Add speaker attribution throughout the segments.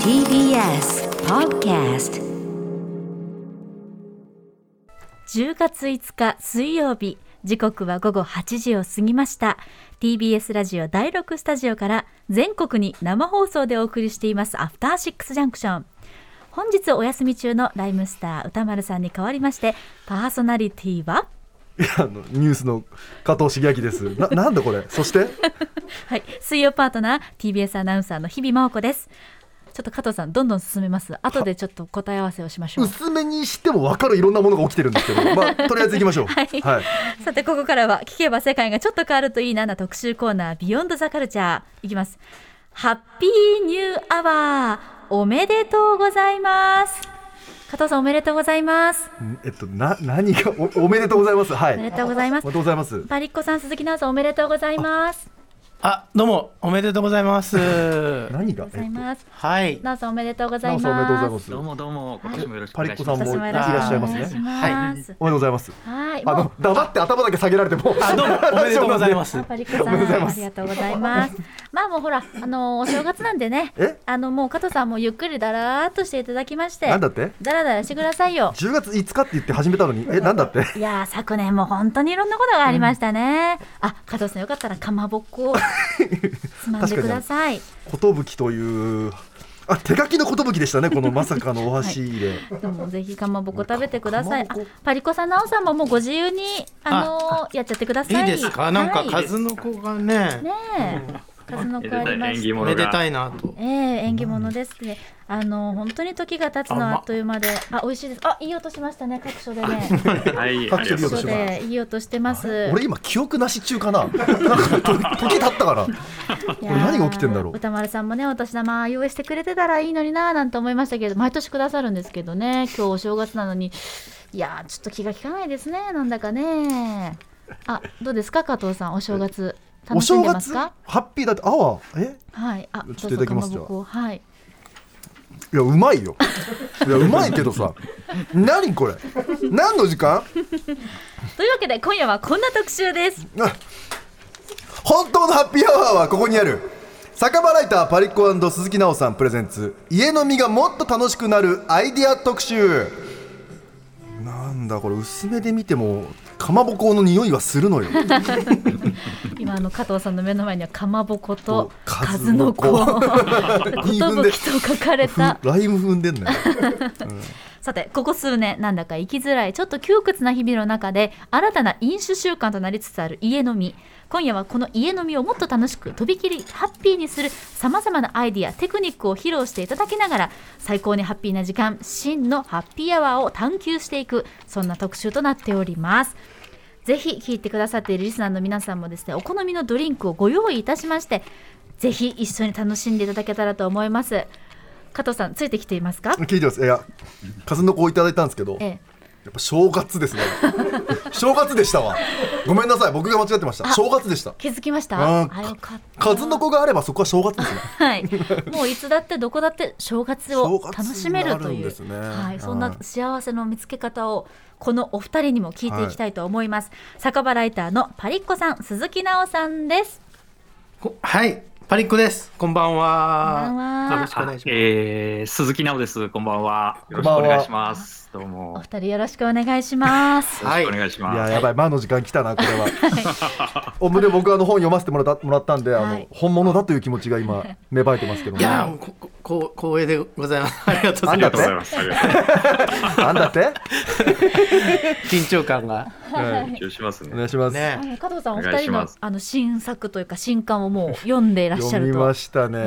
Speaker 1: TBS Podcast
Speaker 2: 10月5日水曜日時刻は午後8時を過ぎました TBS ラジオ第6スタジオから全国に生放送でお送りしていますアフターシックスジャンクション本日お休み中のライムスター歌丸さんに代わりましてパーソナリティは
Speaker 3: あのニュースの加藤茂明です。ななんだこれ。そして
Speaker 2: はい水曜パートナー TBS アナウンサーの日々真央子ですちょっと加藤さんどんどん進めます後でちょっと答え合わせをしましょう
Speaker 3: 薄めにしても分かるいろんなものが起きてるんですけど、まあとりあえず行きましょう。
Speaker 2: はいさてここからは聞けば世界がちょっと変わるといいなな特集コーナービヨンドザカルチャーいきますハッピーニューアワーおめでとうございます加藤さんおめでとうございます
Speaker 3: んえっとな何がおおめでとうございます。は
Speaker 2: お
Speaker 3: い。お
Speaker 2: め
Speaker 3: め
Speaker 2: で
Speaker 3: で
Speaker 2: とうございます
Speaker 3: とうございます。
Speaker 2: パリッコさん鈴木奈々さんおめでとうございます
Speaker 4: あ、どうも、おめでとうございます。は
Speaker 3: 何が
Speaker 2: ございます
Speaker 4: い。
Speaker 2: 奈々さんおめでとうご
Speaker 3: えっと
Speaker 2: ざ
Speaker 3: ないお
Speaker 2: ま
Speaker 3: さんおめでとうござい
Speaker 2: す
Speaker 3: ます。
Speaker 5: どうもどうも、今年もよろしくお
Speaker 3: パリ
Speaker 5: 願い
Speaker 3: ッ
Speaker 5: し
Speaker 3: コ
Speaker 5: ま
Speaker 3: さ
Speaker 5: す。
Speaker 3: んもいらっし
Speaker 2: 私もよろしく
Speaker 3: ゃいますね。
Speaker 2: お願いします
Speaker 3: おめでとうございます。
Speaker 2: はい
Speaker 3: あ
Speaker 2: も
Speaker 3: の黙って頭だけ下げられても。
Speaker 4: あ、どうも、おめでとうございます
Speaker 2: う。パリッコさ
Speaker 3: おめでとうござい
Speaker 2: ん
Speaker 3: ま
Speaker 2: あ
Speaker 3: す
Speaker 2: りがとうございますまあもうほらあのお正月なんでね
Speaker 3: え
Speaker 2: あのもう加藤さんもゆっくりだらーっとしていただきまして
Speaker 3: なんだって
Speaker 2: だらだらしてくださいよ
Speaker 3: 10月5日って言って始めたのにえなんだって。
Speaker 2: いやー昨年も本当にいろんなことがありましたね、あ加藤さんよかったらかまぼっこをつまんでください
Speaker 3: 寿というあ手書きの寿でしたねこのまさかのお箸入れ。
Speaker 2: でもぜひかまぼこ食べてください
Speaker 3: か
Speaker 2: あ
Speaker 3: まぼこ
Speaker 2: パリコさんなおさんももうご自由にあのーやっちゃってくだ
Speaker 4: い
Speaker 2: さ
Speaker 4: い
Speaker 2: い
Speaker 4: ですか、なんか
Speaker 2: はい、
Speaker 4: 数の子がね、
Speaker 2: ねえ数の子ありま
Speaker 5: 縁
Speaker 2: し
Speaker 5: 起
Speaker 2: た
Speaker 4: お
Speaker 5: 物
Speaker 4: めで
Speaker 5: が
Speaker 4: たいなと。
Speaker 2: ええ縁起物ですねあのー本当に時が経つのはあっという間であ美味しいですあいい音しましたね各所でね
Speaker 5: はい、
Speaker 3: 各
Speaker 5: あ
Speaker 3: 所利
Speaker 5: り
Speaker 2: 各所
Speaker 3: 用と
Speaker 5: がとうござい
Speaker 3: し
Speaker 5: ま
Speaker 2: でいい音してます
Speaker 3: 俺今記憶なし中かな。 なんかと時経ったから。
Speaker 2: いやー
Speaker 3: これ何が起きてんだろう
Speaker 2: 歌丸さんもねお年玉用意してくれてたらいいのになーなんて思いましたけれど毎年くださるんですけどね今日お正月なのにいやーちょっと気が利かないですねなんだかねあどうですか加藤さんお正月楽
Speaker 3: お
Speaker 2: しん
Speaker 3: 正
Speaker 2: でます
Speaker 3: 月
Speaker 2: か
Speaker 3: ハッピーだってあわえ
Speaker 2: はいあ
Speaker 3: ちょっといただきます
Speaker 2: どうぞかぼこをはい
Speaker 3: いやうまいよいやうまいけどさ何これ何の時間
Speaker 2: というわけで今夜はこんな特集です
Speaker 3: あ本当のハッピーアワーはここにある酒場ライターパリッコ鈴木奈緒さんプレゼンツ家飲みがもっと楽しくなるアイディア特集なんだこれ薄めで見てもかまぼこの匂いはす るのよ
Speaker 2: 今あの加藤さんの目の前にはかまぼこと
Speaker 3: お
Speaker 2: 数の子
Speaker 3: 数
Speaker 2: こと
Speaker 3: 二軍
Speaker 2: ぶ
Speaker 3: で
Speaker 2: きと書かれた
Speaker 3: ライム踏んでんのよ
Speaker 2: さてここ数年なんだか生きづらいちょっと窮屈な日々の中で新たな飲酒習慣となりつつある家飲み今夜はこの家飲みをもっと楽しくとびきりハッピーにするさまざまなアイディアテクニックを披露していただきながら最高にハッピーな時間真のハッピーアワーを探求していくそんな特集となっておりますぜひ聞いてくださっているリスナーの皆さんもですねお好みのドリンクをご用意いたしましてぜひ一緒に楽しんでいただけたらと思います加藤さんついてきていますか
Speaker 3: 聞いてますいや数の子をいただいたんですけど、
Speaker 2: ええ
Speaker 3: やっぱ正 月ですね正月でしたわごめんなさい僕が間違ってました正月でした
Speaker 2: 気づきました
Speaker 3: あ
Speaker 2: あ
Speaker 3: ー
Speaker 2: よかった
Speaker 3: 数の子があればそこは正月ですね
Speaker 2: はいもういつだってどこだって正月を
Speaker 3: 正
Speaker 2: 楽
Speaker 3: 月
Speaker 2: しめると
Speaker 3: になるん
Speaker 2: いう
Speaker 3: ですね
Speaker 2: はい、そん
Speaker 3: は
Speaker 2: ない幸せの見つけ方をこのお二人にも聞いていきたいと思います、酒場ライターのパリッコさん鈴木奈緒さんです
Speaker 4: こはい、パリッコです。こんばん
Speaker 2: こんばん
Speaker 4: は。よろ
Speaker 2: は
Speaker 4: しく
Speaker 5: す。
Speaker 4: お願
Speaker 5: あ
Speaker 4: いします
Speaker 5: えー、鈴木奈緒です。こんばんは。よろしくお願いします。どうも。
Speaker 2: お
Speaker 5: よ
Speaker 2: 二人よろしくお願いします
Speaker 5: ろしくお願いし
Speaker 3: い
Speaker 5: ま
Speaker 3: や
Speaker 5: す。
Speaker 3: やばい魔の時間来たなこれは おむね僕あの本読ませてもらったもらったんで、あ
Speaker 2: は
Speaker 3: の
Speaker 2: い
Speaker 3: 本物だという気持ち が今芽生えてますけど
Speaker 4: い
Speaker 3: も
Speaker 4: やー、こ、ここう、光栄でございます。ありがとうござ
Speaker 3: あ
Speaker 4: い
Speaker 3: ん
Speaker 4: ま
Speaker 3: だって
Speaker 5: ありがとうございます。ありがとうござい
Speaker 3: なんだって、
Speaker 4: す。緊張感が。
Speaker 3: はい
Speaker 5: ます。緊張します
Speaker 3: お
Speaker 5: ね。
Speaker 3: 願いします、
Speaker 2: あ
Speaker 4: ね。
Speaker 2: の加藤さんお
Speaker 5: お
Speaker 2: 二
Speaker 5: 願い
Speaker 2: 人
Speaker 5: し
Speaker 2: の
Speaker 5: ます
Speaker 2: あの新作というか新刊をもう読んでいらっしゃ
Speaker 3: 読
Speaker 2: る
Speaker 3: み
Speaker 2: と
Speaker 3: ました
Speaker 2: ね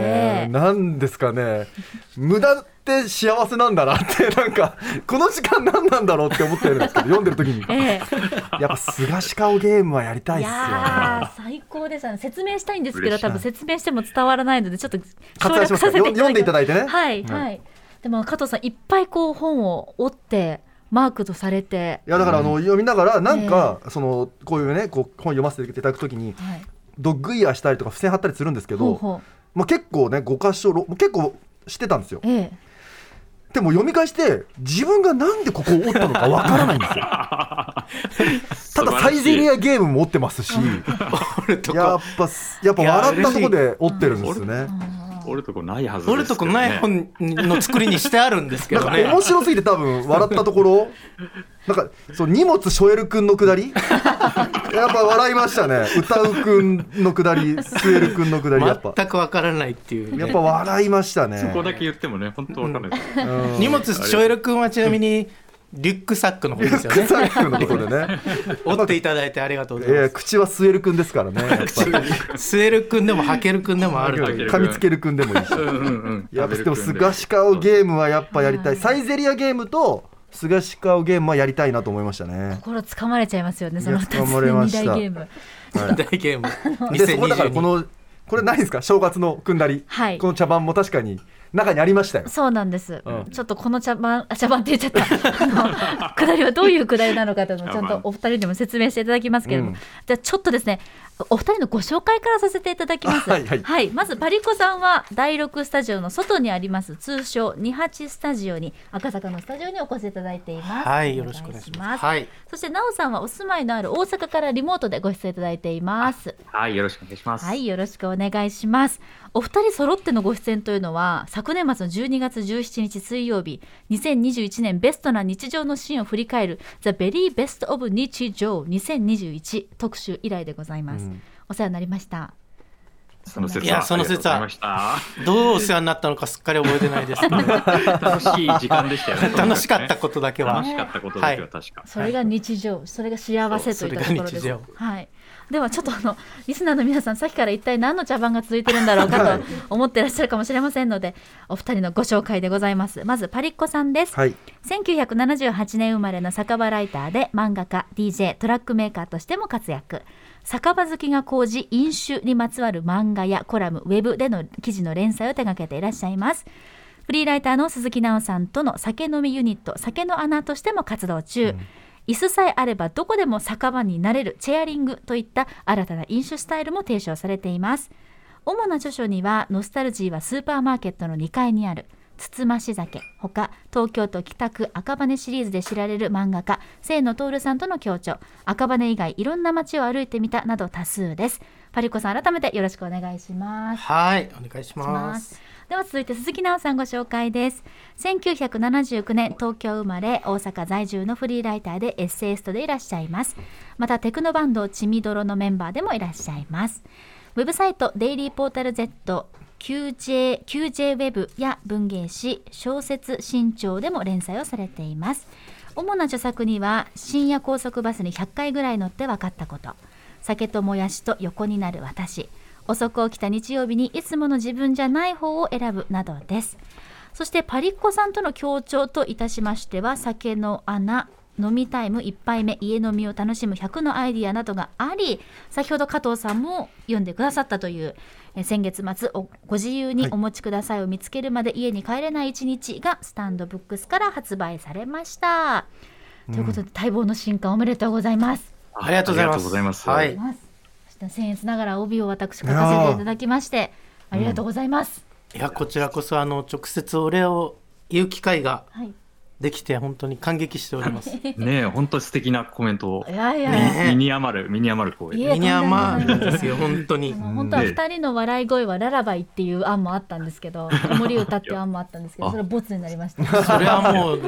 Speaker 2: え
Speaker 3: ねなんですかね無駄って幸せなんだなってなんかこの時間何なんだろうって思ってるんですけど読んでる時に
Speaker 2: ええ
Speaker 3: やっぱ菅氏顔ゲームはやりたい
Speaker 2: い
Speaker 3: っすよね
Speaker 2: やー最高でしたね説明したいんですけど
Speaker 5: 嬉しい
Speaker 2: 多分説明しても伝わらないのでちょっと省
Speaker 3: 割愛
Speaker 2: 略
Speaker 3: しま
Speaker 2: さ
Speaker 3: すか
Speaker 2: せていただきます
Speaker 3: 読んでいただいてね
Speaker 2: はい
Speaker 3: はい
Speaker 2: はいでも加藤さんいっぱいこう本を折ってマークとされて
Speaker 3: いやだからあの読みながらなんかそのこういうねこう本読ませていただくときに
Speaker 2: はい
Speaker 3: ドッグイヤーしたりとか付箋貼ったりするんですけ
Speaker 2: ほう
Speaker 3: ど
Speaker 2: ほ
Speaker 3: まあ結構ね5箇所ろ結構してたんですよ
Speaker 2: うええ
Speaker 3: でも読み返して自分がなんでここを折ったのかわからないんですよただサイゼリ
Speaker 5: ア。
Speaker 3: アゲームも折ってますし
Speaker 4: 俺と
Speaker 3: や
Speaker 4: こ
Speaker 3: っぱやっぱ笑ったとこで折ってるんです
Speaker 5: い
Speaker 3: ね
Speaker 2: あー
Speaker 5: 俺とこないはずですけど、ね。
Speaker 4: 俺とこない本の作りにしてあるんですけ
Speaker 3: なん
Speaker 4: ど
Speaker 3: か
Speaker 4: ね。
Speaker 3: 面白すぎて多分笑ったとこ ろなんかそう荷物しょえるくんのくだりやっぱ笑いましたね歌うくんのくだり据えるくんのくだりやっぱ
Speaker 4: 全くわからないっていう、
Speaker 3: やっぱ笑いましたね
Speaker 5: そこだけ言ってもね、本当わかんないです。
Speaker 3: うん
Speaker 4: 荷物ショエル君はちなみにリュックサックの方ですよね
Speaker 3: 草木くんのことでね
Speaker 4: 折っていただいてありがとうござ
Speaker 3: い
Speaker 4: いま
Speaker 3: や口は据えるくんですからねやっぱ
Speaker 4: すスエル君でもハケル君でもあるという
Speaker 3: 噛みつけるくんでもいい し
Speaker 5: うんうんうん。
Speaker 3: やっぱでもすがし顔ゲームはやっぱやりたいサイゼリアゲームとすがし顔ゲームはやりたいなと思いましたね
Speaker 2: 心つかまれちゃいますよねその
Speaker 3: いや
Speaker 2: 2
Speaker 3: つか
Speaker 2: つ
Speaker 3: まれ
Speaker 2: の
Speaker 3: ま
Speaker 2: 二
Speaker 3: した
Speaker 2: 大ゲーム
Speaker 4: 大ゲーム
Speaker 3: でそこだからこ
Speaker 4: 2022
Speaker 3: のこれ何ですか正月のくんだり、
Speaker 2: はい
Speaker 3: この茶番も確かに中にありましたよ
Speaker 2: そうなんです、
Speaker 3: うん
Speaker 2: ちょっとこの茶番 あ茶番って言っちゃったあの下りはどういう下りなのかという のをちゃん
Speaker 5: 茶
Speaker 2: と
Speaker 5: 番
Speaker 2: お二人にも説明していただきますけれども、
Speaker 3: うん
Speaker 2: じゃあちょっとですねお二人のご紹介からさせていただきます、
Speaker 3: あはいはい
Speaker 2: まずパリコさんは第6スタジオの外にあります通称28スタジオに赤坂のスタジオにお越しいただいています
Speaker 4: はいよろしくお願いします
Speaker 2: はい
Speaker 4: はい
Speaker 2: そしてなおさんはお住まいのある大阪からリモートでご出演いただいています
Speaker 5: はい、よろしくお願いします。
Speaker 2: はい、よろしくお願いします。お二人揃ってのご出演というのは、昨年末の12月17日水曜日、2021年ベストな日常のシーンを振り返る、The Very Best of 日常2021特集以来でございます。
Speaker 3: うん
Speaker 2: お世話になりました。
Speaker 5: その説は。
Speaker 4: いやその説は
Speaker 5: ありがとうござい
Speaker 4: どうお世話になったのかすっかり覚えてないで すけど
Speaker 5: ました。楽しい時間でしたよね。
Speaker 4: 楽しかった
Speaker 5: と。
Speaker 4: ことだけは
Speaker 5: 楽しかったことだけは確か。
Speaker 2: それが日常、それが幸せといったところで
Speaker 4: そ
Speaker 2: す
Speaker 4: うそれが日。
Speaker 2: はい。ではちょっとあのリスナーの皆さんさっきから一体何の茶番が続いてるんだろうかと思ってらっしゃるかもしれませんのでお二人のご紹介でございますまずパリッコさんです、
Speaker 3: はい
Speaker 2: 1978年生まれの酒場ライターで漫画家 DJ トラックメーカーとしても活躍酒場好きが高じ飲酒にまつわる漫画やコラムウェブでの記事の連載を手掛けていらっしゃいますフリーライターの鈴木奈緒さんとの酒飲みユニット酒の穴としても活動中、椅子さえあればどこでも酒場になれるチェアリングといった新たな飲酒スタイルも提唱されています主な著書には「ノスタルジーはスーパーマーケットの2階にある」「つつまし酒」ほか東京都北区赤羽シリーズで知られる漫画家清野徹さんとの協調「赤羽以外いろんな街を歩いてみた」など多数ですパリコさん改めてよろしくお願いします
Speaker 4: はいお願いし
Speaker 2: しま
Speaker 4: ます
Speaker 2: す。では続いて鈴木奈緒さんご紹介です。1979年東京生まれ大阪在住のフリーライターでエッセイストでいらっしゃいます。またテクノバンドちみどろのメンバーでもいらっしゃいます。ウェブサイトデイリーポータル Z QJ QJ ウェブや文芸誌小説新潮でも連載をされています。主な著作には深夜高速バスに100回ぐらい乗って分かったこと酒ともやしと横になる私遅く起きた日曜日にいつもの自分じゃない方を選ぶなどですそしてパリッコさんとの協調といたしましては酒の穴飲みタイム1杯目家飲みを楽しむ100のアイディアなどがあり先ほど加藤さんも読んでくださったというえー先月末おご自由にお持ちくださいを見つけるまで家に帰れない一日がスタンドブックスから発売されました。ということで待望の新刊おめでとうございます。
Speaker 4: ありがとうございます
Speaker 5: ありがとうございま
Speaker 4: は
Speaker 5: す
Speaker 4: い
Speaker 2: そして僭越ながら帯を私書かせていただきましてありがとうございます。
Speaker 4: いやこちらこそあの直接お礼を言う機会が
Speaker 2: はい。
Speaker 4: できて本当に感激しております
Speaker 5: ねえ、本当に素敵なコメントを
Speaker 2: い。やいやいや。
Speaker 4: ね
Speaker 5: 身に余る、身に余る光栄
Speaker 2: いえ
Speaker 4: ミニアマ
Speaker 2: とんでも
Speaker 4: ー
Speaker 2: ない
Speaker 4: ですよ本当に
Speaker 2: あの本当は2人の笑い声はララバイっていう案もあったんですけど森歌っていう案もあったんですけどそれはボツになりました。
Speaker 4: それはもう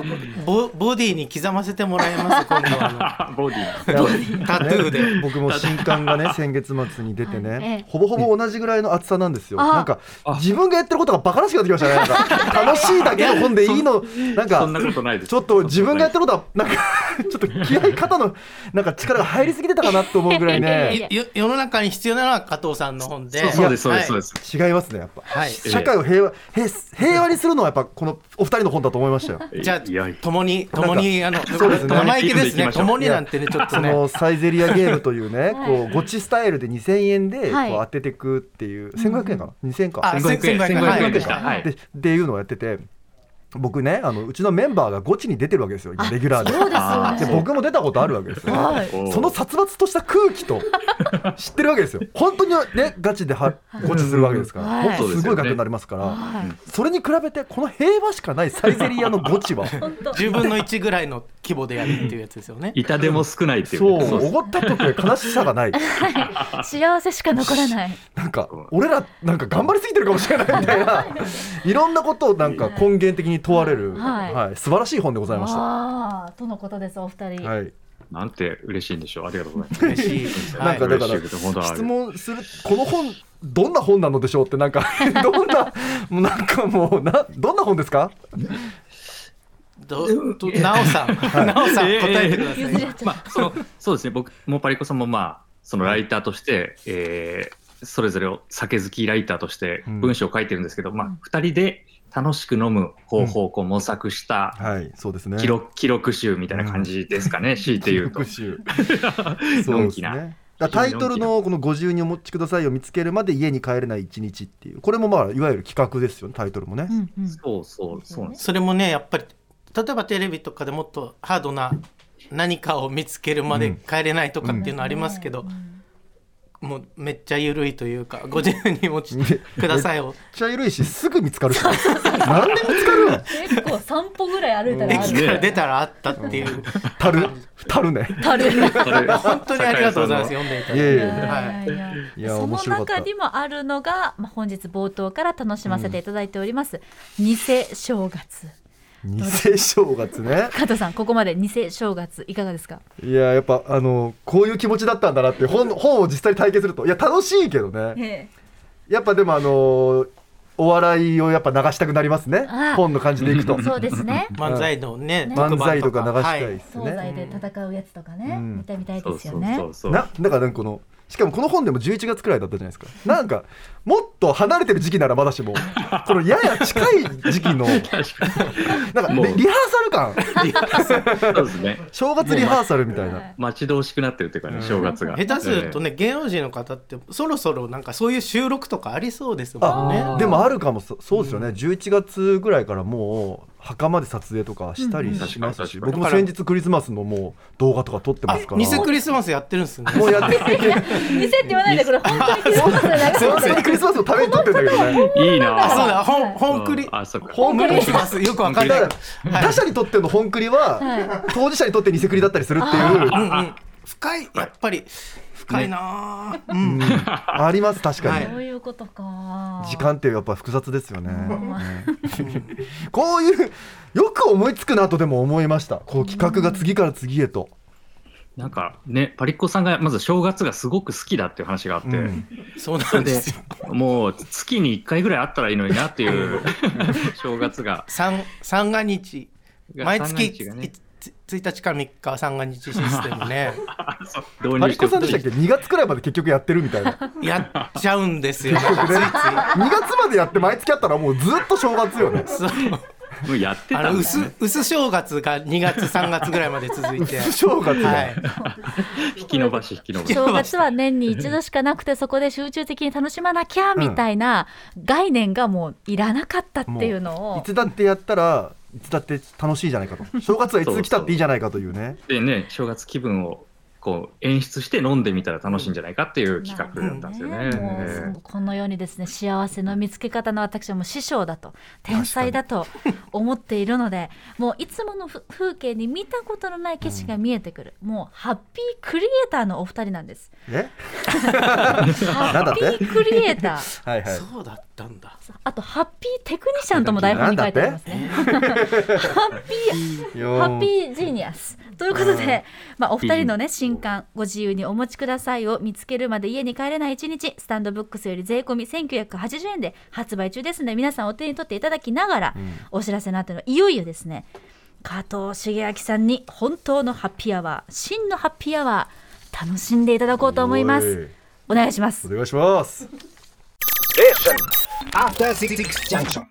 Speaker 4: ボボディに刻ませてもらいます今度は
Speaker 5: あボディ
Speaker 4: あの タトゥーで
Speaker 3: 僕も新刊がね先月末に出て
Speaker 2: はいええ
Speaker 3: ねほぼほぼ同じぐらいの厚さなんですよ
Speaker 2: あ
Speaker 3: なんか自分がやってることがバカらしくなってきましたねなん か楽しいだけの本でいいのなん
Speaker 5: そんな
Speaker 3: か
Speaker 5: ことないです。
Speaker 3: ちょっと自分がやって
Speaker 5: る。
Speaker 3: ることはなんかちょっと気合い肩のなんか力が入りすぎてたかなと思うぐらい
Speaker 2: いや
Speaker 3: ね
Speaker 2: い
Speaker 4: よ世の中に必要なのは加藤さんの本で
Speaker 5: そうです、そう
Speaker 4: は
Speaker 5: で
Speaker 4: い
Speaker 5: す、そうです。
Speaker 3: 違いますねやっぱ
Speaker 4: はい
Speaker 5: え
Speaker 3: 社会を平和平平和にするのはやっぱこのお二人の本だと思いましたよ
Speaker 5: え
Speaker 4: じゃ
Speaker 5: いやい
Speaker 4: あ
Speaker 5: や
Speaker 4: 共に共にあの
Speaker 3: そうですね
Speaker 4: 生意気です
Speaker 5: い
Speaker 4: ね
Speaker 5: や
Speaker 4: 共になんてねちょっと
Speaker 3: そ
Speaker 4: ね
Speaker 3: のサイゼリアゲームという ね、
Speaker 2: はい
Speaker 3: こうゴチスタイルで2000円でこ
Speaker 2: はいう
Speaker 3: 当ててくっていう、1500円かな2000円か
Speaker 4: あ
Speaker 5: 1500円
Speaker 4: 1500
Speaker 5: 1500
Speaker 4: 円で
Speaker 5: 円で
Speaker 4: し
Speaker 5: したた。
Speaker 4: は
Speaker 5: はいい
Speaker 3: でっていうのをやってて僕ねあのうちのメンバーがゴチに出てるわけですよ今レギュラーで
Speaker 2: そうですよ
Speaker 5: あ
Speaker 2: ね。
Speaker 3: で僕も出たことあるわけですよ
Speaker 2: はい
Speaker 5: おう
Speaker 3: その殺伐とした空気 と知ってるわけですよ本当にねガチではゴチするわけですから、
Speaker 2: はい
Speaker 3: もっとすごい額になりますから、
Speaker 2: はい。
Speaker 3: それに比べてこの平和しかないサイゼリアのゴチは
Speaker 2: 本当。
Speaker 4: 10分の1ぐらいの規模でやるっていうやつですよね。
Speaker 5: 痛手も少ないっていう
Speaker 3: そ
Speaker 5: こと。
Speaker 3: う、おごったときは悲しさがない。
Speaker 2: 幸せしか残らない。
Speaker 3: なんか、俺ら、なんか頑張りすぎてるかもしれないみたい な、いろんなことをなんか根源的に問われる、
Speaker 2: はい
Speaker 3: はい、素晴らしい本でございました。
Speaker 2: ああ、とのことです、お二人。
Speaker 3: はい、
Speaker 5: なんて嬉しいんでしょう。ありがとうございます。
Speaker 4: 嬉しい。
Speaker 3: な
Speaker 4: は
Speaker 3: ん
Speaker 4: い
Speaker 3: かだから
Speaker 5: 嬉しいこと本当はある
Speaker 3: 質問するこの本どんな本なのでしょうって なんかどんなもうなんかもうなどんな本ですか？
Speaker 4: どどなおさん、なおさん
Speaker 5: ええ
Speaker 4: 答えてくださ
Speaker 2: 譲
Speaker 4: い。
Speaker 2: り合っちゃった
Speaker 5: まあ、そのそうですね、僕もパリコさんも、まあ、そのライターとして、えーそれぞれを酒好きライターとして
Speaker 3: うん
Speaker 5: 文章を書いてるんですけど、ま
Speaker 2: うん
Speaker 5: あ、2人で楽しく飲む方法をこう模索した
Speaker 3: はい、そうですね。
Speaker 5: 記録,、記録集みたいな感じですかね、強いて言うと
Speaker 3: 特。集そ
Speaker 5: の
Speaker 3: うんで
Speaker 5: き
Speaker 3: す
Speaker 5: な。
Speaker 3: ね。だからタイトルのこの「ご自由にお持ちください」を見つけるまで家に帰れない一日っていうこれもまあいわゆる企画ですよねタイトルもね
Speaker 2: う。んうん。
Speaker 5: そうそう、そうなんです。
Speaker 4: それもね、やっぱり、例えばテレビとかでもっとハードな何かを見つけるまで帰れないとかっていうのありますけど、もうめっちゃ緩いというか、ご自由にお持ちください を。
Speaker 3: めっちゃ緩いしすぐ見つかるし。なんで見つかるの？
Speaker 2: 結構散歩ぐらい歩いたらあ
Speaker 4: 駅
Speaker 2: る。
Speaker 4: から出たらあったっていう。
Speaker 3: たるたるね。
Speaker 2: たる。
Speaker 4: 本
Speaker 5: 本
Speaker 4: 当にありがとうございます。読んでいた
Speaker 3: いえい
Speaker 4: だいて。
Speaker 3: え。
Speaker 4: はい
Speaker 2: いや
Speaker 3: いや
Speaker 2: その
Speaker 3: 面白かった
Speaker 2: 中にもあるのが、まあ、本日冒頭から楽しませていただいております、偽正月
Speaker 3: 偽正月ね。
Speaker 2: 加藤さんここまで偽正月いかがですか
Speaker 3: いややっぱあのこういう気持ちだったんだなって本本を実際に体験するといや楽しいけどね
Speaker 2: え
Speaker 3: やっぱでもあのお笑いをやっぱ流したくなりますね
Speaker 2: あ
Speaker 3: 本の感じでいく と
Speaker 2: えそうです ね
Speaker 4: 漫才のね、
Speaker 2: ね
Speaker 3: 漫才とか流したい
Speaker 4: は
Speaker 3: で
Speaker 4: い
Speaker 3: す
Speaker 2: 東
Speaker 3: ね、
Speaker 2: 西で戦うやつとかね、
Speaker 3: うん
Speaker 2: 見てみたい
Speaker 5: そ
Speaker 2: で
Speaker 5: う
Speaker 2: すよ
Speaker 5: そう
Speaker 2: ね
Speaker 5: そうそう。
Speaker 3: なだからなんかこのしかもこの本でも11月くらいだったじゃないですかなんかもっと離れてる時期ならまだ しもこのやや近い時期の
Speaker 5: 確か
Speaker 3: なんか
Speaker 5: もう
Speaker 3: リリハーサル感
Speaker 5: に。そうですね。
Speaker 3: 正月リハーサルみたいな。
Speaker 5: 待ち遠しくなってるっていうかね、正月が。
Speaker 4: 下手するとね、芸能人の方ってそろそろなんかそういう収録とかありそうですもんね。
Speaker 3: あでもあるかもそそうですよね、11月ぐらいからもう袴で撮影とかしたりしますし、
Speaker 5: うんうん
Speaker 3: 僕も先日クリスマスのもう動画とか撮って
Speaker 4: あ
Speaker 3: ますか、ら
Speaker 4: ニセクリスマスやってるんですね。
Speaker 3: もうやって
Speaker 2: 偽って言わないでこれ本当に気づか
Speaker 3: すいませんクリスマスのために撮ってるん だけどね
Speaker 5: うんいい
Speaker 4: あそう
Speaker 5: なぁ。
Speaker 4: だ、ほん、ほんく
Speaker 5: う
Speaker 4: り
Speaker 5: ん。あ、そっか。
Speaker 3: 本
Speaker 4: ほん
Speaker 3: 栗
Speaker 4: くりします。よくわ
Speaker 3: だ
Speaker 4: かん
Speaker 3: か
Speaker 4: ない
Speaker 3: ら。
Speaker 4: はい
Speaker 3: 他社にとっての本栗は、
Speaker 2: は
Speaker 3: 当事者にとってニセクリだったりするっていう
Speaker 4: うんうん。深い、やっぱり。深いなぁ。うん。
Speaker 3: うんあります確かに、
Speaker 4: は
Speaker 2: そういうことか
Speaker 3: 時間ってやっぱ複雑ですよね、こういうよく思いつくなとでも思いましたこう企画が次から次へと、
Speaker 5: なんかね、パリッコさんがまず正月がすごく好きだっていう話があって、
Speaker 3: うん
Speaker 4: そうな
Speaker 5: それ
Speaker 4: んで
Speaker 5: です
Speaker 4: よ。
Speaker 5: もう月に1回ぐらいあったらいいのになっていう 正月が。
Speaker 4: 三、三が日。毎月
Speaker 5: 三が日が
Speaker 4: い
Speaker 5: ね
Speaker 4: つ一日から三日は三が日システムね。
Speaker 3: パ
Speaker 5: 導入
Speaker 3: リ
Speaker 5: してほ
Speaker 3: コ
Speaker 5: しい
Speaker 3: さんでしたっけ2月くらいまで結局やってる みたいな
Speaker 4: やっちゃうんですよ。
Speaker 3: ね、2月までやって毎月やったらもうずっと正月よ ね
Speaker 4: そう
Speaker 5: もうやって
Speaker 4: あ
Speaker 5: た
Speaker 4: の
Speaker 5: んだ
Speaker 4: 薄薄正月が2月3月ぐらいまで 続いて、
Speaker 3: 正月が、
Speaker 4: はい、
Speaker 5: 引き伸ばし引き伸ばし。
Speaker 2: 正月は年に一度しかなくてそこで集中的に楽しまなきゃみたいな概念がもういらなかったっていうのを
Speaker 3: いつだってやったらいつだって楽しいじゃないかと正月はいつ来たっていいじゃないかというね
Speaker 5: でね、正月気分をこう演出して飲んでみたら楽しいんじゃないかっていう企画だったんですよね。
Speaker 2: もう
Speaker 5: え
Speaker 2: そうこのようにですね幸せの見つけ方の私はもう師匠だと天才だと思っているのでもういつものふ風景に見たことのない景色が見えてくる、もうハッピークリエイターのお二人なん です
Speaker 3: え
Speaker 2: ハ
Speaker 3: んだ
Speaker 2: ッ
Speaker 3: っ
Speaker 2: ピ
Speaker 3: て
Speaker 2: ークリエイター
Speaker 3: はいはい
Speaker 4: そうだったんだ
Speaker 2: あとハッピーテクニシャンとも台本に書いてありますねハッピーハッピージーニアス。ということで、まあ、お二人のね、新刊、ご自由にお持ちくださいを見つけるまで家に帰れない一日、スタンドブックスより税込み1980円で発売中ですので、皆さんお手に取っていただきながら、お知らせの後のいよいよですね、加藤茂明さんに本当のハッピーアワー、真のハッピーアワー、楽しんでいただこうと思います。お願いします
Speaker 3: お。願いします。
Speaker 6: After Six Junction.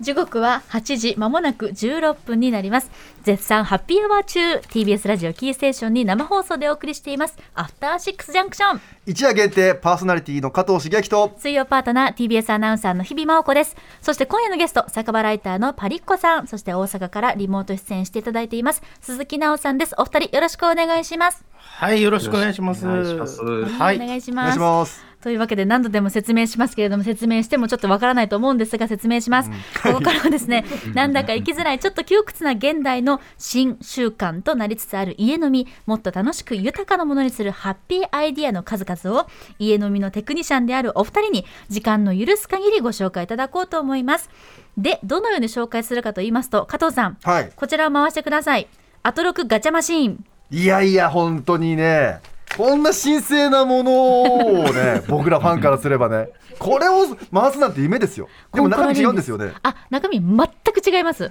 Speaker 2: 時刻は8時まもなく16分になります絶賛ハッピーアワー中 TBS ラジオキーステーションに生放送でお送りしていますアフターシックスジャンクション
Speaker 3: 一夜限定パーソナリティの加藤茂明と
Speaker 2: 水曜パートナー TBS アナウンサーの日々真央子ですそして今夜のゲスト酒場ライターのパリッコさんそして大阪からリモート出演していただいています鈴木奈緒さんですお二人よろしくお願いします
Speaker 4: はいよろしくお願いします
Speaker 5: お願いします
Speaker 4: は
Speaker 2: お願
Speaker 4: い
Speaker 2: いし
Speaker 3: お願
Speaker 2: ま
Speaker 3: い
Speaker 2: す
Speaker 3: します。
Speaker 2: というわけで何度でも説明しますけれども説明してもちょっとわからないと思うんですが説明します、ここからはですねなんだか生きづらいちょっと窮屈な現代の新習慣となりつつある家飲みもっと楽しく豊かなものにするハッピーアイディアの数々を家飲みのテクニシャンであるお二人に時間の許す限りご紹介いただこうと思いますでどのように紹介するかと言いますと加藤さん、
Speaker 3: はい
Speaker 2: こちらを回してくださいアトロクガチャマシーン
Speaker 3: いやいや、本当にね、こんな神聖なものをね、僕らファンからすればね、これを回すなんて夢ですよ。でも中身違うんですよね。
Speaker 2: あ、中身全く違います。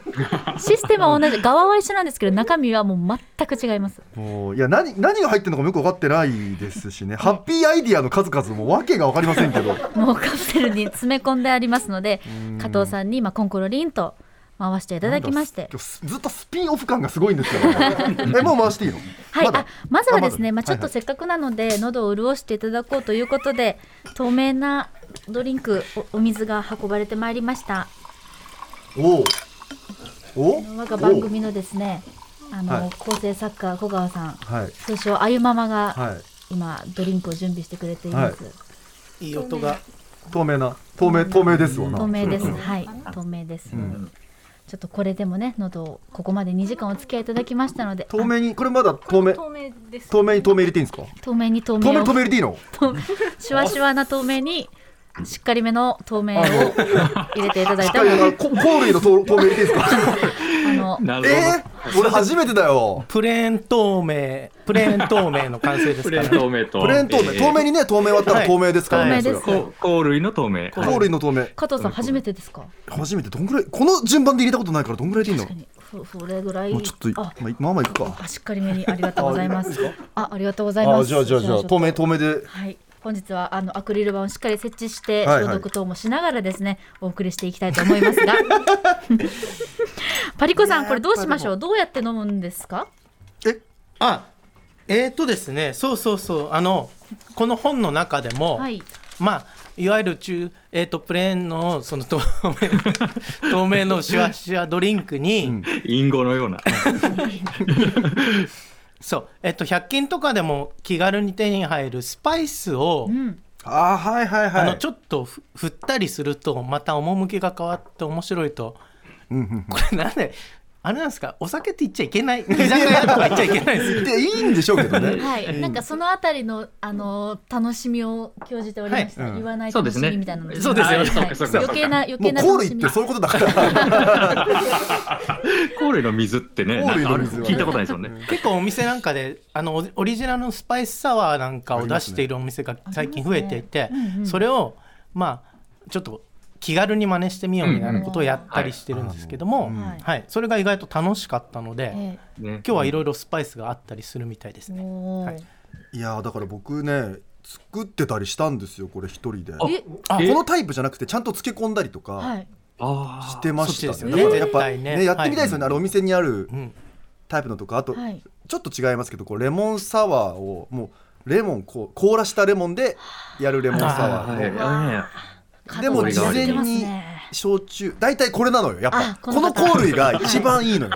Speaker 2: システムは同じ、側は一緒なんですけど、中身はもう全く違います。
Speaker 3: もういや何何が入ってるのかもよく分かってないですしね、ハッピーアイディアの数々もわけが分かりませ んけど、
Speaker 2: もうカプセルに詰め込んでありますので、加藤さんに、まあ、コンコロリンと回していただきまして。
Speaker 3: 今日すずっとスピンオフ感がすごいんですけど、えもう回していいの？
Speaker 2: はい、
Speaker 3: まだ
Speaker 2: あまずはですね、
Speaker 3: あ
Speaker 2: ま
Speaker 3: ま
Speaker 2: あ、
Speaker 3: だ
Speaker 2: ちょっとせっかくなので、喉を潤していただこうということで、透明なドリンクお、お水が運ばれてまいりました。
Speaker 3: おうお
Speaker 2: 我が番組のですね、あの、
Speaker 3: はい
Speaker 2: 構成作家、小川さん、
Speaker 3: おはい
Speaker 2: 通称、あゆママが、
Speaker 3: はい
Speaker 2: 今、ドリンクを準備してくれています。
Speaker 4: いい音が
Speaker 3: 透明な透明透明ですわな
Speaker 2: 透明です。はい、透明です。
Speaker 3: ん
Speaker 2: ちょっとこれでもね、喉をここまで2時間お付き合いいただきましたので、
Speaker 3: 透明にこれまだ透明
Speaker 6: 透明です。
Speaker 3: 透明に透明入れていいんですか？
Speaker 2: あ透明に透
Speaker 3: 透
Speaker 2: 明
Speaker 3: 明
Speaker 2: を
Speaker 3: 透明入れていいの？
Speaker 2: シュワシュワな透明にしっかりめの透明を
Speaker 3: あの
Speaker 2: 入れていただい
Speaker 3: 機
Speaker 2: た
Speaker 3: 械
Speaker 2: の
Speaker 3: が
Speaker 2: で、
Speaker 3: ココールイの透透明入れていいです か？
Speaker 2: あの
Speaker 5: なる
Speaker 3: えー、俺初めてだよ。
Speaker 4: プレーン透明プレーン透明の完成ですか
Speaker 5: プレー
Speaker 4: ら
Speaker 5: ン透明と。
Speaker 3: プレーン透明、
Speaker 5: えー
Speaker 3: 透明にね透明割ったら
Speaker 4: はい
Speaker 3: 透明ですからね。
Speaker 4: はい
Speaker 2: 透明です
Speaker 3: それは
Speaker 5: こ香類の透明。
Speaker 3: コールイの透明
Speaker 2: 加藤さん初めてですか？
Speaker 3: 初めてどんぐらいこの順番で入れたことないからどんぐらいでいいの
Speaker 2: 確か？にふそれぐらい
Speaker 3: もうちょっと
Speaker 2: あ
Speaker 3: まあまあまあいくか。
Speaker 2: あしっかりめにありがとうございます。あありがとうございま
Speaker 3: あ
Speaker 2: す。
Speaker 3: じゃあじゃあじゃあ
Speaker 2: ちょっと
Speaker 3: 透明透明で
Speaker 2: はい。本日はあのアクリル板をしっかり設置して
Speaker 3: はいはい
Speaker 2: 消毒等もしながらですね、お送りしていきたいと思い ますがパリコさんこれどうしましょうどうやって飲むんですか
Speaker 3: え
Speaker 4: あえーとですねそうそうそうあのこの本の中でも、
Speaker 2: はい
Speaker 4: まあいわゆる中、えー、とプレーンのその透明 透明のシュワシュワドリンクに、
Speaker 5: インゴのような。
Speaker 4: そうえっ、と100均とかでも気軽に手に入るスパイスを、
Speaker 3: あーはいはい
Speaker 4: あ
Speaker 3: は
Speaker 4: の
Speaker 3: い
Speaker 4: ちょっとふ振ったりするとまた趣が変わって面白いと、これなんであれなんですかお酒って言っちゃいけない居酒屋とか言っちゃいけないんですよ
Speaker 3: でいいんでしょうけど ね。
Speaker 2: はい、なんかそのあたりの、あの楽しみを興じておりました。
Speaker 3: はいうん
Speaker 2: 言わない
Speaker 5: そう
Speaker 2: 楽
Speaker 5: で
Speaker 2: し
Speaker 5: すね
Speaker 2: みみたいなの
Speaker 4: そうですよ
Speaker 2: はい
Speaker 5: そうかそうかそうか
Speaker 2: 余計な、余
Speaker 3: も
Speaker 2: 計
Speaker 3: う
Speaker 2: な
Speaker 3: コー
Speaker 2: 楽
Speaker 3: ルイ
Speaker 2: し
Speaker 3: っ
Speaker 2: み
Speaker 3: て。そういうことだから。
Speaker 5: 香類の水ってね、
Speaker 3: 香類
Speaker 5: なんか
Speaker 3: の
Speaker 5: ある
Speaker 3: 水はね
Speaker 5: 聞いたことないですよね。
Speaker 4: 結構お店なんかであのオリオリジナルのスパイスサワーなんかを出しているお店が最近増えていて、それをまあちょっと気軽に真似してみようみたいなことをやったりしてるんですけども、
Speaker 2: ん
Speaker 4: はいはいそれが意外と楽しかったので、
Speaker 2: え
Speaker 5: ね
Speaker 4: 今日はいろいろスパイスがあったりするみたいです
Speaker 2: え
Speaker 4: ね。
Speaker 2: おー
Speaker 4: はい
Speaker 3: いやーだから僕ね作ってたりしたんですよこれ一人で。
Speaker 2: え
Speaker 4: あ
Speaker 3: このタイプじゃなくてちゃんと漬け込んだりと
Speaker 2: は
Speaker 3: か
Speaker 2: い。
Speaker 5: あ
Speaker 3: し
Speaker 5: あ。
Speaker 3: てました
Speaker 4: そっち
Speaker 3: ね。
Speaker 4: ですよね
Speaker 3: だからやっぱ
Speaker 4: 絶対ね
Speaker 3: ねやってみたいですよね。あれお店にある
Speaker 4: うん
Speaker 3: タイプのとかあと
Speaker 2: はい
Speaker 3: ちょっと違いますけどこうレモンサワーをもうレモンこう凍らしたレモンでやるレモンサワ
Speaker 5: はい
Speaker 3: ーの。
Speaker 5: あ
Speaker 3: でも
Speaker 2: 加藤さん
Speaker 5: 事前に
Speaker 2: やってますね
Speaker 3: 焼酎大体これなのよやっぱ
Speaker 2: あ
Speaker 3: こ
Speaker 2: こ
Speaker 3: の
Speaker 2: の
Speaker 3: 香
Speaker 2: 方
Speaker 3: 類が一番いいのよ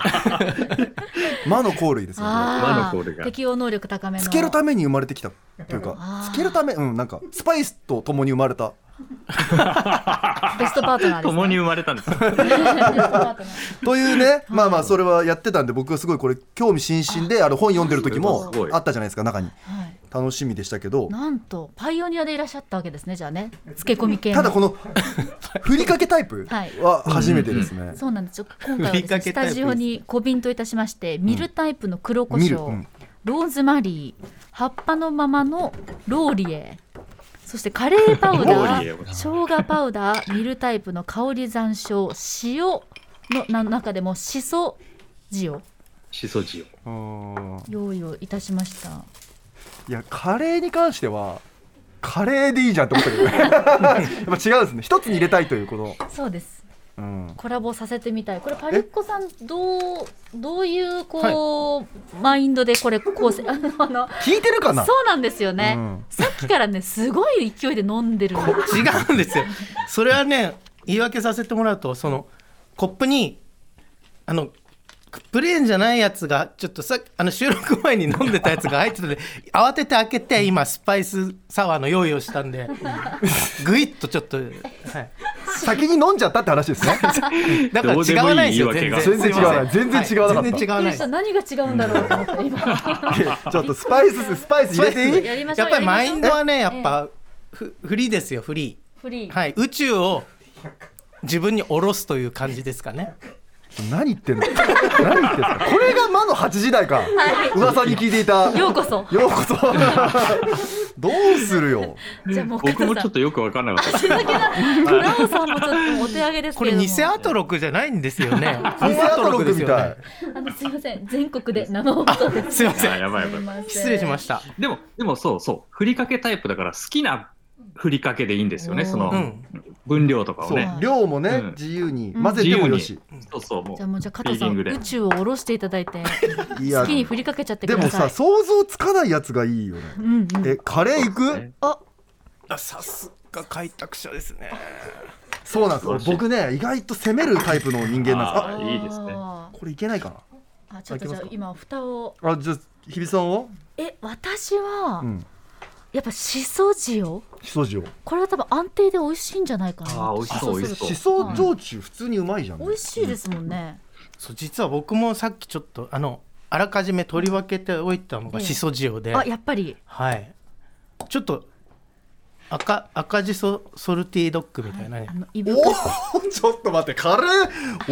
Speaker 3: 魔の香類ですよね
Speaker 5: 和の
Speaker 2: あ
Speaker 5: コール
Speaker 2: あ、
Speaker 5: が
Speaker 2: 適応能力高めの。
Speaker 3: つけるために生まれてきたというか
Speaker 2: あー
Speaker 3: つけるためうんなんかスパイスと共に生まれた
Speaker 2: ベストパートナー
Speaker 5: あ。
Speaker 2: です、ね。
Speaker 5: 共に生まれたんです。
Speaker 3: というねまあまあそれはやってたんで僕はすごいこれ興味津々であの本読んでる時も
Speaker 5: すごい
Speaker 3: あったじゃないですか中に
Speaker 2: はい。
Speaker 3: 楽しみでしたけど
Speaker 2: なんと、パイオニアでいらっしゃったわけですね、じゃあね。漬け込み系の。
Speaker 3: ただこのふりかけタイプ
Speaker 2: はい
Speaker 3: は初めてですね
Speaker 2: そうなんですよ今回はです
Speaker 4: ふりか
Speaker 2: ね
Speaker 4: け
Speaker 2: ス
Speaker 4: タイプ
Speaker 2: タ
Speaker 4: です
Speaker 2: ジオに小瓶といたしましてミルタイプの黒胡
Speaker 3: ミル
Speaker 2: 椒、
Speaker 3: うん
Speaker 2: ローズマリー葉っぱのままのローリエそしてカレーパウ
Speaker 5: ロー
Speaker 2: ダ
Speaker 5: リエ
Speaker 2: ー生姜パウダーミルタイプの香り山椒塩のな中でもしそ塩
Speaker 5: シソジオ。
Speaker 3: うん
Speaker 2: 用意をいたしました
Speaker 3: いやカレーに関してはカレーでいいじゃんって思ったけ どねやっぱ違うんですね一つに入れたいというこの
Speaker 2: そうです
Speaker 3: うん
Speaker 2: コラボさせてみたいこれパリッコさんどうどういうこう、マインドでこれ構成 あのあの
Speaker 3: 聞いてるかな
Speaker 2: そうなんですよね、
Speaker 3: うん
Speaker 2: さっきからねすごい勢いで飲んでるの
Speaker 4: 違うんですよ。それはね、言い訳させてもらうと、そのコップにあのプレーンじゃないやつがちょっとさあの収録前に飲んでたやつが入ってたので慌てて開けて今スパイスサワーの用意をしたんでぐいっとちょっと、はい、
Speaker 3: 先に飲んじゃったって話です ね
Speaker 4: だから
Speaker 5: どう
Speaker 4: 違
Speaker 5: でもいい
Speaker 4: わないですよ
Speaker 5: 言い訳
Speaker 4: 全
Speaker 5: が
Speaker 4: 然
Speaker 3: 全然違わない全然違
Speaker 4: すません
Speaker 3: わなかった
Speaker 4: はい全然違わ
Speaker 2: びっく
Speaker 4: ない
Speaker 2: り
Speaker 4: で
Speaker 2: し
Speaker 4: す
Speaker 2: た何が違うんだろうと思って今
Speaker 3: ちょっとスパイススパイス入れていい
Speaker 2: やりましょ
Speaker 4: や
Speaker 2: う
Speaker 4: っぱりマインドは
Speaker 2: や
Speaker 4: ねや
Speaker 2: りましょ
Speaker 4: っ
Speaker 2: う
Speaker 4: ぱフフリーですよフ
Speaker 2: え
Speaker 4: リ
Speaker 2: え フリー、
Speaker 4: ーはい宇宙を自分に下ろすという感じですかね
Speaker 3: 何言ってんの何言ってんのこれが魔の8時台か、噂に聞いていた
Speaker 2: ようこそ
Speaker 3: ようこ そどうするよ
Speaker 2: じゃあもう加藤
Speaker 5: 僕
Speaker 2: さん
Speaker 5: もちょっとよく分からなかったです。
Speaker 2: なおさんもちょっとお手上げです
Speaker 4: こ
Speaker 2: けれ
Speaker 4: れ
Speaker 2: ども
Speaker 4: 偽アトロクじゃないんですよね
Speaker 3: 偽アトロックみたい
Speaker 2: あのすいません全国で生放送です
Speaker 4: すいませ
Speaker 5: あ
Speaker 4: ん
Speaker 5: やばいやばい。
Speaker 2: い
Speaker 4: 失礼しました
Speaker 5: でも、でもそうそう、ふりかけタイプだから好きなふりかけでいいんですよね、その
Speaker 4: うん
Speaker 5: 分量とかを
Speaker 3: そう
Speaker 5: ね。
Speaker 3: 量もね、
Speaker 5: うん
Speaker 3: 自由に
Speaker 2: うん
Speaker 3: 混ぜてもよし、
Speaker 5: そうそう、も
Speaker 2: じゃあもうじゃあ加
Speaker 5: う、
Speaker 2: 藤さん宇宙を下ろしていただいて
Speaker 3: いや
Speaker 2: 好きに振りかけちゃって
Speaker 3: で
Speaker 2: くだ
Speaker 3: も
Speaker 2: さ
Speaker 3: さ
Speaker 2: い
Speaker 3: 想像つかないやつがいいよね
Speaker 2: うんうん
Speaker 3: えカレー行く
Speaker 2: あ
Speaker 4: あさすが開拓者ですね
Speaker 3: そうなんですよ僕ね意外と攻めるタイプの人間なんですあ
Speaker 5: あいいですね
Speaker 2: あ
Speaker 3: これいけないか
Speaker 2: ーあちょっとじゃあ今蓋を
Speaker 3: なあじゃあ日比さんは
Speaker 2: え私は、
Speaker 3: うん
Speaker 2: やっぱしそ塩
Speaker 3: しそ塩
Speaker 2: これは多分安定で美味しいんじゃないかな
Speaker 5: あー美味しそう
Speaker 2: 味
Speaker 5: 美味しそう
Speaker 3: しそ焼酎普通にうまいじゃん
Speaker 2: 美味しいですもんね、
Speaker 4: そう実は僕もさっきちょっとあのあらかじめ取り分けておいたのが
Speaker 2: ええ
Speaker 4: しそ塩で、
Speaker 2: あやっぱり
Speaker 4: はいちょっと赤赤じそソルティードッグみたいなね
Speaker 2: あの胃
Speaker 3: お
Speaker 2: 袋
Speaker 3: おちょっと待ってカレ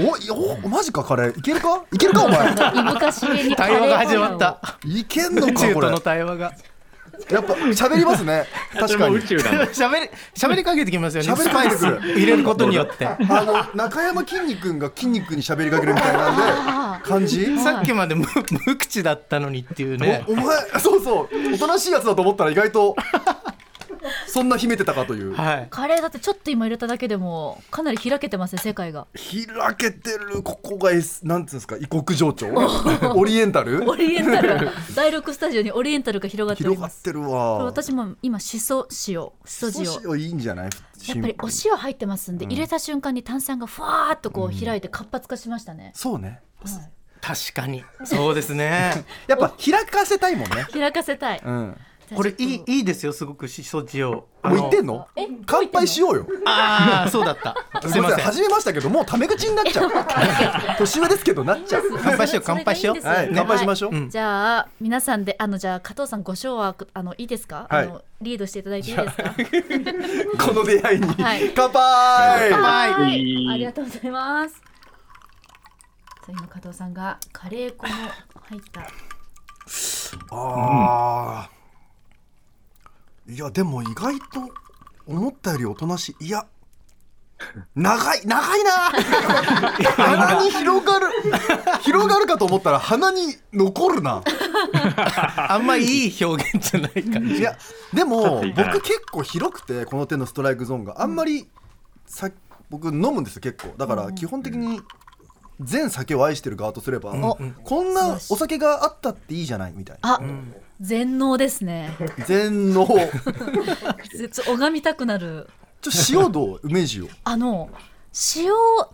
Speaker 3: ーおいやおマジかカレーいけるかいけるかお前
Speaker 2: 胃深しげにカレー
Speaker 4: 対話が始まった
Speaker 3: いけんの
Speaker 4: 宇
Speaker 3: か
Speaker 4: 宙
Speaker 3: ことれや
Speaker 4: の
Speaker 3: っ
Speaker 4: 対話が
Speaker 3: ぱ喋りますね確かに
Speaker 5: 宇宙なんだ。
Speaker 4: 喋り喋りかけてきますよね
Speaker 3: 喋り
Speaker 4: ス
Speaker 3: か
Speaker 4: パ
Speaker 3: け
Speaker 4: イ
Speaker 3: て
Speaker 4: ス
Speaker 3: くる
Speaker 4: 入れることによって
Speaker 3: あの中山きんに君が筋肉に喋りかけるみたいなんで感じ
Speaker 4: さっきまで無無口だったのにっていうね
Speaker 3: おお前そうそうおとなしいやつだと思ったら意外とそんな秘めてたかという
Speaker 4: はい
Speaker 2: カレーだってちょっと今入れただけでもかなり開けてますね世界が
Speaker 3: 開けてるここが、S、なんつうんですか異国情緒 オリエンタ ル
Speaker 2: オリエンタル が第6スタジオにオリエンタルが広がっており
Speaker 3: 広
Speaker 2: ま
Speaker 3: がっ
Speaker 2: す
Speaker 3: てる
Speaker 2: これ
Speaker 3: わ
Speaker 2: 私も今しそ塩しそ塩
Speaker 3: 塩いいんじゃない
Speaker 2: やっぱりお塩入ってますんで、入れた瞬間に炭酸がふわーっとこう開いて活発化しましたね、
Speaker 3: そうね
Speaker 2: はい
Speaker 4: 確かにそうです ね
Speaker 3: やっぱ開かせたいもんね
Speaker 2: 開かせたい、
Speaker 3: うん
Speaker 4: これいいいいですよすごくしそ塩も
Speaker 3: もう言ってんの
Speaker 2: え
Speaker 3: 乾杯しようよ
Speaker 4: ああそうだったす
Speaker 3: す
Speaker 4: い
Speaker 3: いま
Speaker 4: ま
Speaker 3: せん
Speaker 4: せん
Speaker 3: 初めましたけどもうタメ口になっちゃう年上ですけどなっちゃう
Speaker 4: 乾杯しよう乾杯しよう
Speaker 2: それがいいんです
Speaker 3: はい乾杯しましょう
Speaker 2: はいじゃあ皆さんであのじゃあ加藤さんご唱和あのいいですか、
Speaker 3: はい
Speaker 2: あのリードしていただいていいですか
Speaker 3: この出会いに
Speaker 2: はい
Speaker 3: 乾杯
Speaker 4: 乾
Speaker 2: は
Speaker 5: 杯
Speaker 2: いありがとうございますさあ今加藤さんがカレー粉の入った
Speaker 3: あーいやでも意外と思ったよりおとなしいいや長い長いな 鼻に広がる広がるかと思ったら鼻に残るな
Speaker 4: あんまいい表現じゃない感
Speaker 3: い
Speaker 4: じ
Speaker 3: やでも
Speaker 5: ちょっといいかな
Speaker 3: 僕結構広くてこの手のストライクゾーンがあんまりさ僕飲むんですよ結構だから基本的に全酒を愛してる側とすれば、こんなお酒があったっていいじゃないみたいな
Speaker 2: あ、全能ですね
Speaker 3: 全能
Speaker 2: ちょっと拝みたくなる
Speaker 3: ちょ塩どう梅塩
Speaker 2: あの塩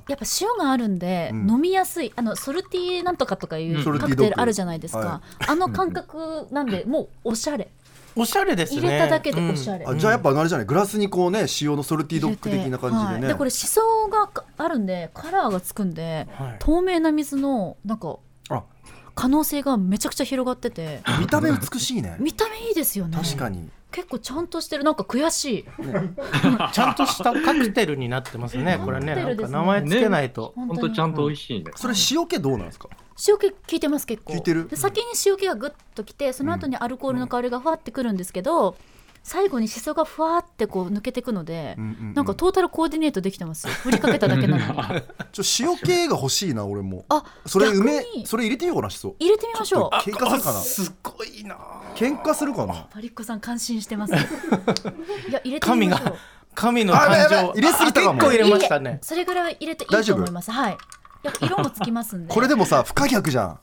Speaker 2: やっぱ塩があるんで、
Speaker 3: うん
Speaker 2: 飲みやすいあのソルティなんとかとかい
Speaker 5: うん
Speaker 2: う
Speaker 3: ソル
Speaker 2: カ
Speaker 3: ティド
Speaker 2: ク
Speaker 3: ッ
Speaker 2: テ
Speaker 3: グ
Speaker 2: ルあるじゃないですか、
Speaker 3: は
Speaker 2: あの感覚なん でもうおしゃれ
Speaker 4: おしゃれですね
Speaker 2: 入れただけでおしゃれ
Speaker 3: あじゃあやっぱあれじゃないグラスにこうね塩のソルティドッグ的な感じで
Speaker 2: はい
Speaker 3: ね、
Speaker 2: でこれシソがあるんでカラーがつくんで、
Speaker 4: はい
Speaker 2: 透明な水のなんか
Speaker 3: あ
Speaker 2: 可能性がめちゃくちゃ広がってて
Speaker 3: 見た目美しいね
Speaker 2: 見た目いいですよね
Speaker 3: 確かに
Speaker 2: 結構ちゃんとしてるなんか悔しい
Speaker 4: うんちゃんとしたカクテルになってますねこれ
Speaker 2: カ
Speaker 4: ね
Speaker 2: ク
Speaker 4: な
Speaker 2: テル
Speaker 4: ん
Speaker 2: で
Speaker 4: か
Speaker 2: すね
Speaker 4: 名前つけないと、
Speaker 5: ほんとちゃんと美味しいね。
Speaker 3: それ塩気どうなんですか
Speaker 2: 塩気効いてます結構
Speaker 3: 効いてる
Speaker 2: で先に塩気がグッときてその後にアルコールの香りがふわってくるんですけど、最後にしそがふわってこう抜けてくので、
Speaker 3: んうんうん
Speaker 2: なんかトータルコーディネートできてますよ振りかけただけなのにあ
Speaker 3: ちょ塩気が欲しいな俺も
Speaker 2: そ
Speaker 3: そ
Speaker 2: れ
Speaker 3: れ
Speaker 2: 逆
Speaker 3: 梅
Speaker 2: に
Speaker 3: それ入れてみようかなしそ
Speaker 2: 入れてみましょう
Speaker 3: 喧嘩するかな
Speaker 4: すごいな
Speaker 3: 喧嘩するかな
Speaker 2: パリッコさん感心してますいや入れてみ
Speaker 4: 神
Speaker 2: ましょう
Speaker 4: が神の
Speaker 3: あや
Speaker 4: 感
Speaker 3: ばいやばい入
Speaker 4: 情
Speaker 3: れすぎたかも
Speaker 4: あ結構入れました
Speaker 2: いいえ
Speaker 4: ね
Speaker 2: それぐらいは入れていいと思いますはいやっぱ色もつきますんで
Speaker 3: これでもさ不可逆じゃん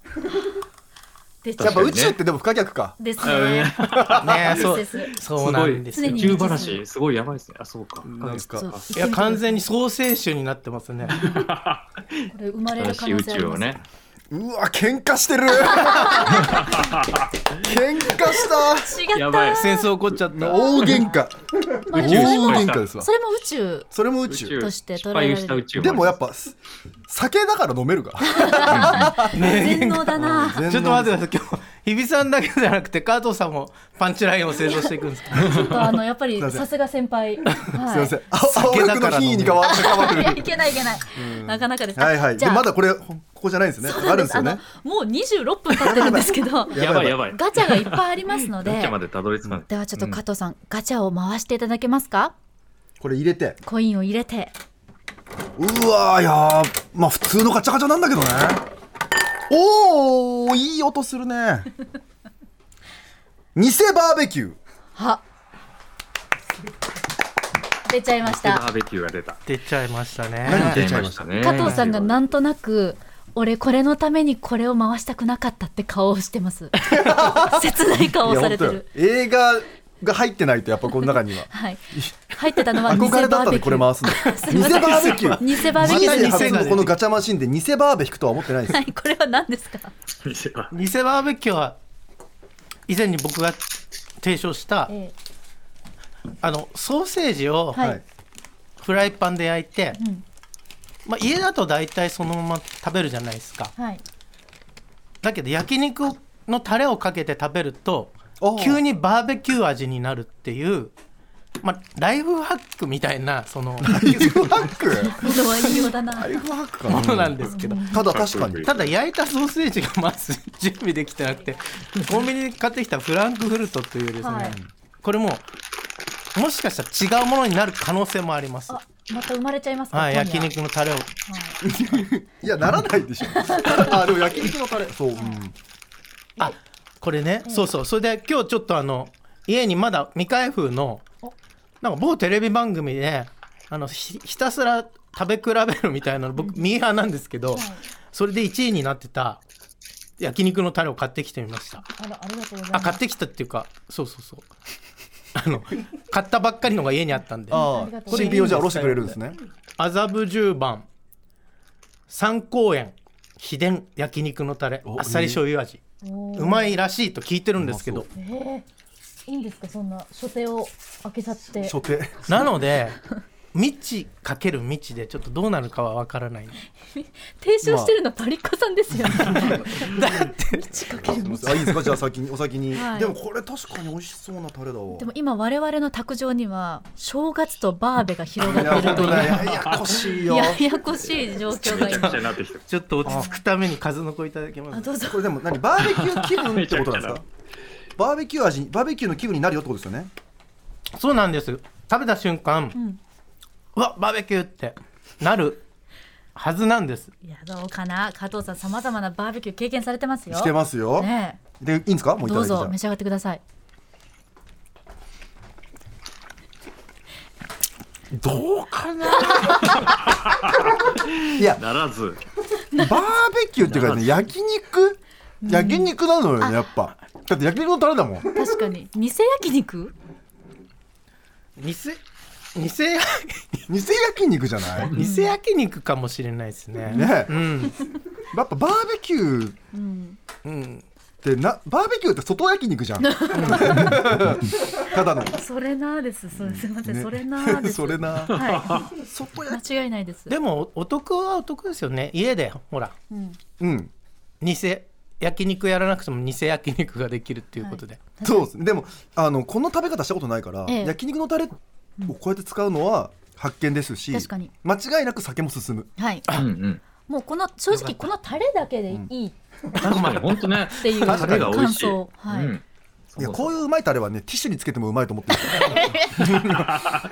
Speaker 2: で
Speaker 3: やっぱ
Speaker 5: 確か
Speaker 3: 宇
Speaker 5: にね
Speaker 3: 宙ってでも不可逆か
Speaker 2: ですね
Speaker 4: ねそう
Speaker 2: ですです
Speaker 4: そうなんですす
Speaker 5: ご
Speaker 2: 常
Speaker 5: い、
Speaker 2: に
Speaker 5: 宇宙話、すごいやばいですね。あ、そうか。
Speaker 3: なんか
Speaker 2: そう
Speaker 4: いや完全に創生種になってますね
Speaker 2: これ生まれる
Speaker 5: 新
Speaker 2: 可
Speaker 5: し
Speaker 2: 能
Speaker 5: い宇
Speaker 2: 性あり
Speaker 5: 宙
Speaker 2: ま
Speaker 5: を
Speaker 2: す
Speaker 5: ね。
Speaker 3: うわ喧嘩し てる喧嘩した
Speaker 2: 違った
Speaker 5: やばい
Speaker 4: 戦争起こっちゃった
Speaker 3: 大喧嘩大
Speaker 5: 宙失敗
Speaker 3: 喧
Speaker 5: した
Speaker 3: 嘩ですわ
Speaker 2: それも宇宙
Speaker 3: それも宇
Speaker 5: 宇
Speaker 3: 宙
Speaker 5: 宙
Speaker 2: として捉え
Speaker 5: 失
Speaker 2: られる
Speaker 5: 敗した宇宙
Speaker 3: でもやっ
Speaker 5: ぱ
Speaker 3: ぱす酒だから飲め るか
Speaker 2: 全能だな
Speaker 3: 全然
Speaker 4: ちょっと待ってください今日日比さんだけじゃなくて加藤さんもパンチラインを製造していくんですか
Speaker 2: ちょっとあのやっぱり
Speaker 3: すいません
Speaker 2: さすが先 輩
Speaker 3: すいま
Speaker 2: は
Speaker 3: せんあ青
Speaker 4: 酒だ
Speaker 3: 学の
Speaker 4: から飲め
Speaker 3: 日に
Speaker 4: る
Speaker 3: 変わって変わって
Speaker 2: いいや
Speaker 3: る
Speaker 2: いけないいけないなかなかです
Speaker 3: はいはい
Speaker 2: じ
Speaker 3: で
Speaker 2: ゃあ
Speaker 3: まだこれここじゃないんですね
Speaker 2: そう
Speaker 3: あ
Speaker 2: なん
Speaker 3: る
Speaker 2: で
Speaker 3: んです
Speaker 2: す
Speaker 3: よ
Speaker 2: あ
Speaker 3: ね
Speaker 2: のもう26分経ってるんですけど
Speaker 5: やばいやばい
Speaker 2: ガチャがいっぱいありますの
Speaker 5: ガチ
Speaker 2: で
Speaker 5: ャまでたどり着かない
Speaker 2: ではちょっと加藤さんガチャを回していただけますか
Speaker 3: これ入れて
Speaker 2: コインを入れて
Speaker 3: うわーいやーまあ普通のガチャガチャなんだけどねおおいい音する ね偽バーベキュー
Speaker 2: は出ちゃいまし
Speaker 5: でバ
Speaker 2: た
Speaker 5: ーベキューが出た
Speaker 4: 出ちゃいましたね
Speaker 3: 何出ちゃいました
Speaker 5: ね
Speaker 2: 加藤さんがなんとなく俺これのためにこれを回したくなかったって顔をしてます 切ない顔を
Speaker 3: いや
Speaker 2: され
Speaker 3: 本
Speaker 2: て
Speaker 3: 当
Speaker 2: る
Speaker 3: よ映画が入ってないとやっぱこの中には
Speaker 2: はい入ってたのは偽バ
Speaker 3: 憧れだった
Speaker 2: ー
Speaker 3: んで
Speaker 2: ベキ
Speaker 3: こ
Speaker 2: ュ
Speaker 3: れ
Speaker 2: ー
Speaker 3: 回すの
Speaker 2: い
Speaker 3: 偽
Speaker 2: ま
Speaker 3: バ
Speaker 2: せん
Speaker 3: ーベキュー
Speaker 2: 偽バーベキュー
Speaker 4: ま
Speaker 2: で
Speaker 4: た
Speaker 3: 人生
Speaker 2: す
Speaker 4: 偽
Speaker 3: 初のこのガチャマシンで偽バーベ引くとは思ってないです
Speaker 2: はいこれは何ですか
Speaker 4: 偽バーベキューは以前に僕が提唱した
Speaker 2: え
Speaker 4: あのソーセージを
Speaker 2: はい
Speaker 4: フライパンで焼いて、
Speaker 2: うん
Speaker 4: まあ、家だと大体そのまま食べるじゃないですか
Speaker 2: えはい
Speaker 4: だけど焼肉のタレをかけて食べると
Speaker 3: おー
Speaker 4: 急にバーベキュー味になるっていう、まあ、ライフハックみたいなその
Speaker 3: ライフハック
Speaker 2: 今度は言いようだな
Speaker 3: ライフハックか
Speaker 4: ものな
Speaker 3: なん
Speaker 4: ですけど、
Speaker 3: ただ確かに
Speaker 4: ただ焼いたソーセージがまず準備できてなくてコンビニで買ってきたフランクフルトというですね、
Speaker 2: はい
Speaker 4: これももしかしたら違うものになる可能性もあります
Speaker 2: あ。また生まれちゃいますか、
Speaker 4: はい、
Speaker 2: 今夜
Speaker 4: 焼肉のタレを
Speaker 2: はい
Speaker 3: いやならないでしょ あでも焼肉のタレそう、うん
Speaker 4: あこれね、そうそうそれで今日ちょっとあの家にまだ未開封のなんか某テレビ番組であのひひたすら食べ比べるみたいなの僕ミーハーなんですけど、それで1位になってた焼肉のタレを買ってきてみました
Speaker 2: あらありがとうございま
Speaker 4: あ
Speaker 2: す
Speaker 4: 買ってきたっていうかそうそう そうあの買ったばっかりのが家にあったんで
Speaker 3: ああこれビオじゃあおろしてくれるんですね
Speaker 4: 麻布十番三公園秘伝焼肉のタレ
Speaker 3: お
Speaker 4: あっさり醤油味
Speaker 2: おー
Speaker 4: うまいらしいと聞いてるんですけど
Speaker 3: う
Speaker 2: えーいいんですかそんな初手を開けちゃって
Speaker 3: 初手
Speaker 4: なので未知かける未知でちょっとどうなるかは分からない
Speaker 2: 提唱してるのはパリッコさんですよね、
Speaker 4: だって
Speaker 3: あいいですかじゃあ先にお先に、
Speaker 2: はい
Speaker 3: でもこれ確かに美味しそうなタレだわ
Speaker 2: でも今我々の卓上には正月とバーベが広
Speaker 3: い
Speaker 2: が
Speaker 3: や
Speaker 2: ってい
Speaker 3: 本
Speaker 2: るとい
Speaker 3: 当
Speaker 2: う
Speaker 3: ねややこしいよ
Speaker 2: ややこしい状況が
Speaker 5: めちゃく
Speaker 2: 今
Speaker 5: ちゃになってきてる
Speaker 4: ちょっと落ち着くために数の子いただけま
Speaker 2: あ
Speaker 4: す
Speaker 2: どうぞ
Speaker 3: これでも何バーベキュー気分ってことなん ですかバーベキュー味にバーベキューの気分になるよってことですよね
Speaker 4: そうなんです食べた瞬間、うんわバーベキューってなるはずなんです
Speaker 2: いやどうかな加藤さんさまざまなバーベキュー経験されてますよ
Speaker 3: してますよ、
Speaker 2: ね
Speaker 3: でいいんですかも
Speaker 2: え
Speaker 3: うい
Speaker 2: どう
Speaker 3: ただいてじゃ
Speaker 2: ぞ
Speaker 3: あ
Speaker 2: 召し上がってください
Speaker 4: どう かない
Speaker 3: や
Speaker 5: ならず
Speaker 3: バーベキューっていうかね焼肉焼肉なのよねやっぱだって焼肉のタレだも ん
Speaker 2: 確かに偽焼肉
Speaker 4: 偽偽や
Speaker 3: 偽焼肉じゃない
Speaker 4: 偽焼肉かもしれないですね
Speaker 3: ね
Speaker 4: うん
Speaker 3: やっぱバーベキューっ
Speaker 4: うん
Speaker 3: てなバーベキューって外焼肉じ ゃんただの
Speaker 2: それなですすすみません、
Speaker 3: ね
Speaker 2: それな です
Speaker 3: それな
Speaker 2: は
Speaker 3: 外焼
Speaker 2: い間違いないです
Speaker 4: でもお得はお得ですよね家でほら
Speaker 3: うん
Speaker 4: 偽焼肉やらなくても偽焼肉ができるっていうことで、
Speaker 3: そうですねでもあのこの食べ方したことないから、
Speaker 2: ええ
Speaker 3: 焼肉のタレをこうやって使うのは発見ですし
Speaker 2: 確かに
Speaker 3: 間違いなく酒も進む
Speaker 2: はい
Speaker 5: うんうん
Speaker 2: もうこの正直このタレだけでいいっ
Speaker 5: 確かに本当ね
Speaker 2: ていう
Speaker 5: タレが美
Speaker 2: 感
Speaker 5: 味しい
Speaker 2: 想はい、
Speaker 5: うん
Speaker 3: いやこういううまいタレはねティッシュにつけてもうまいと思ってる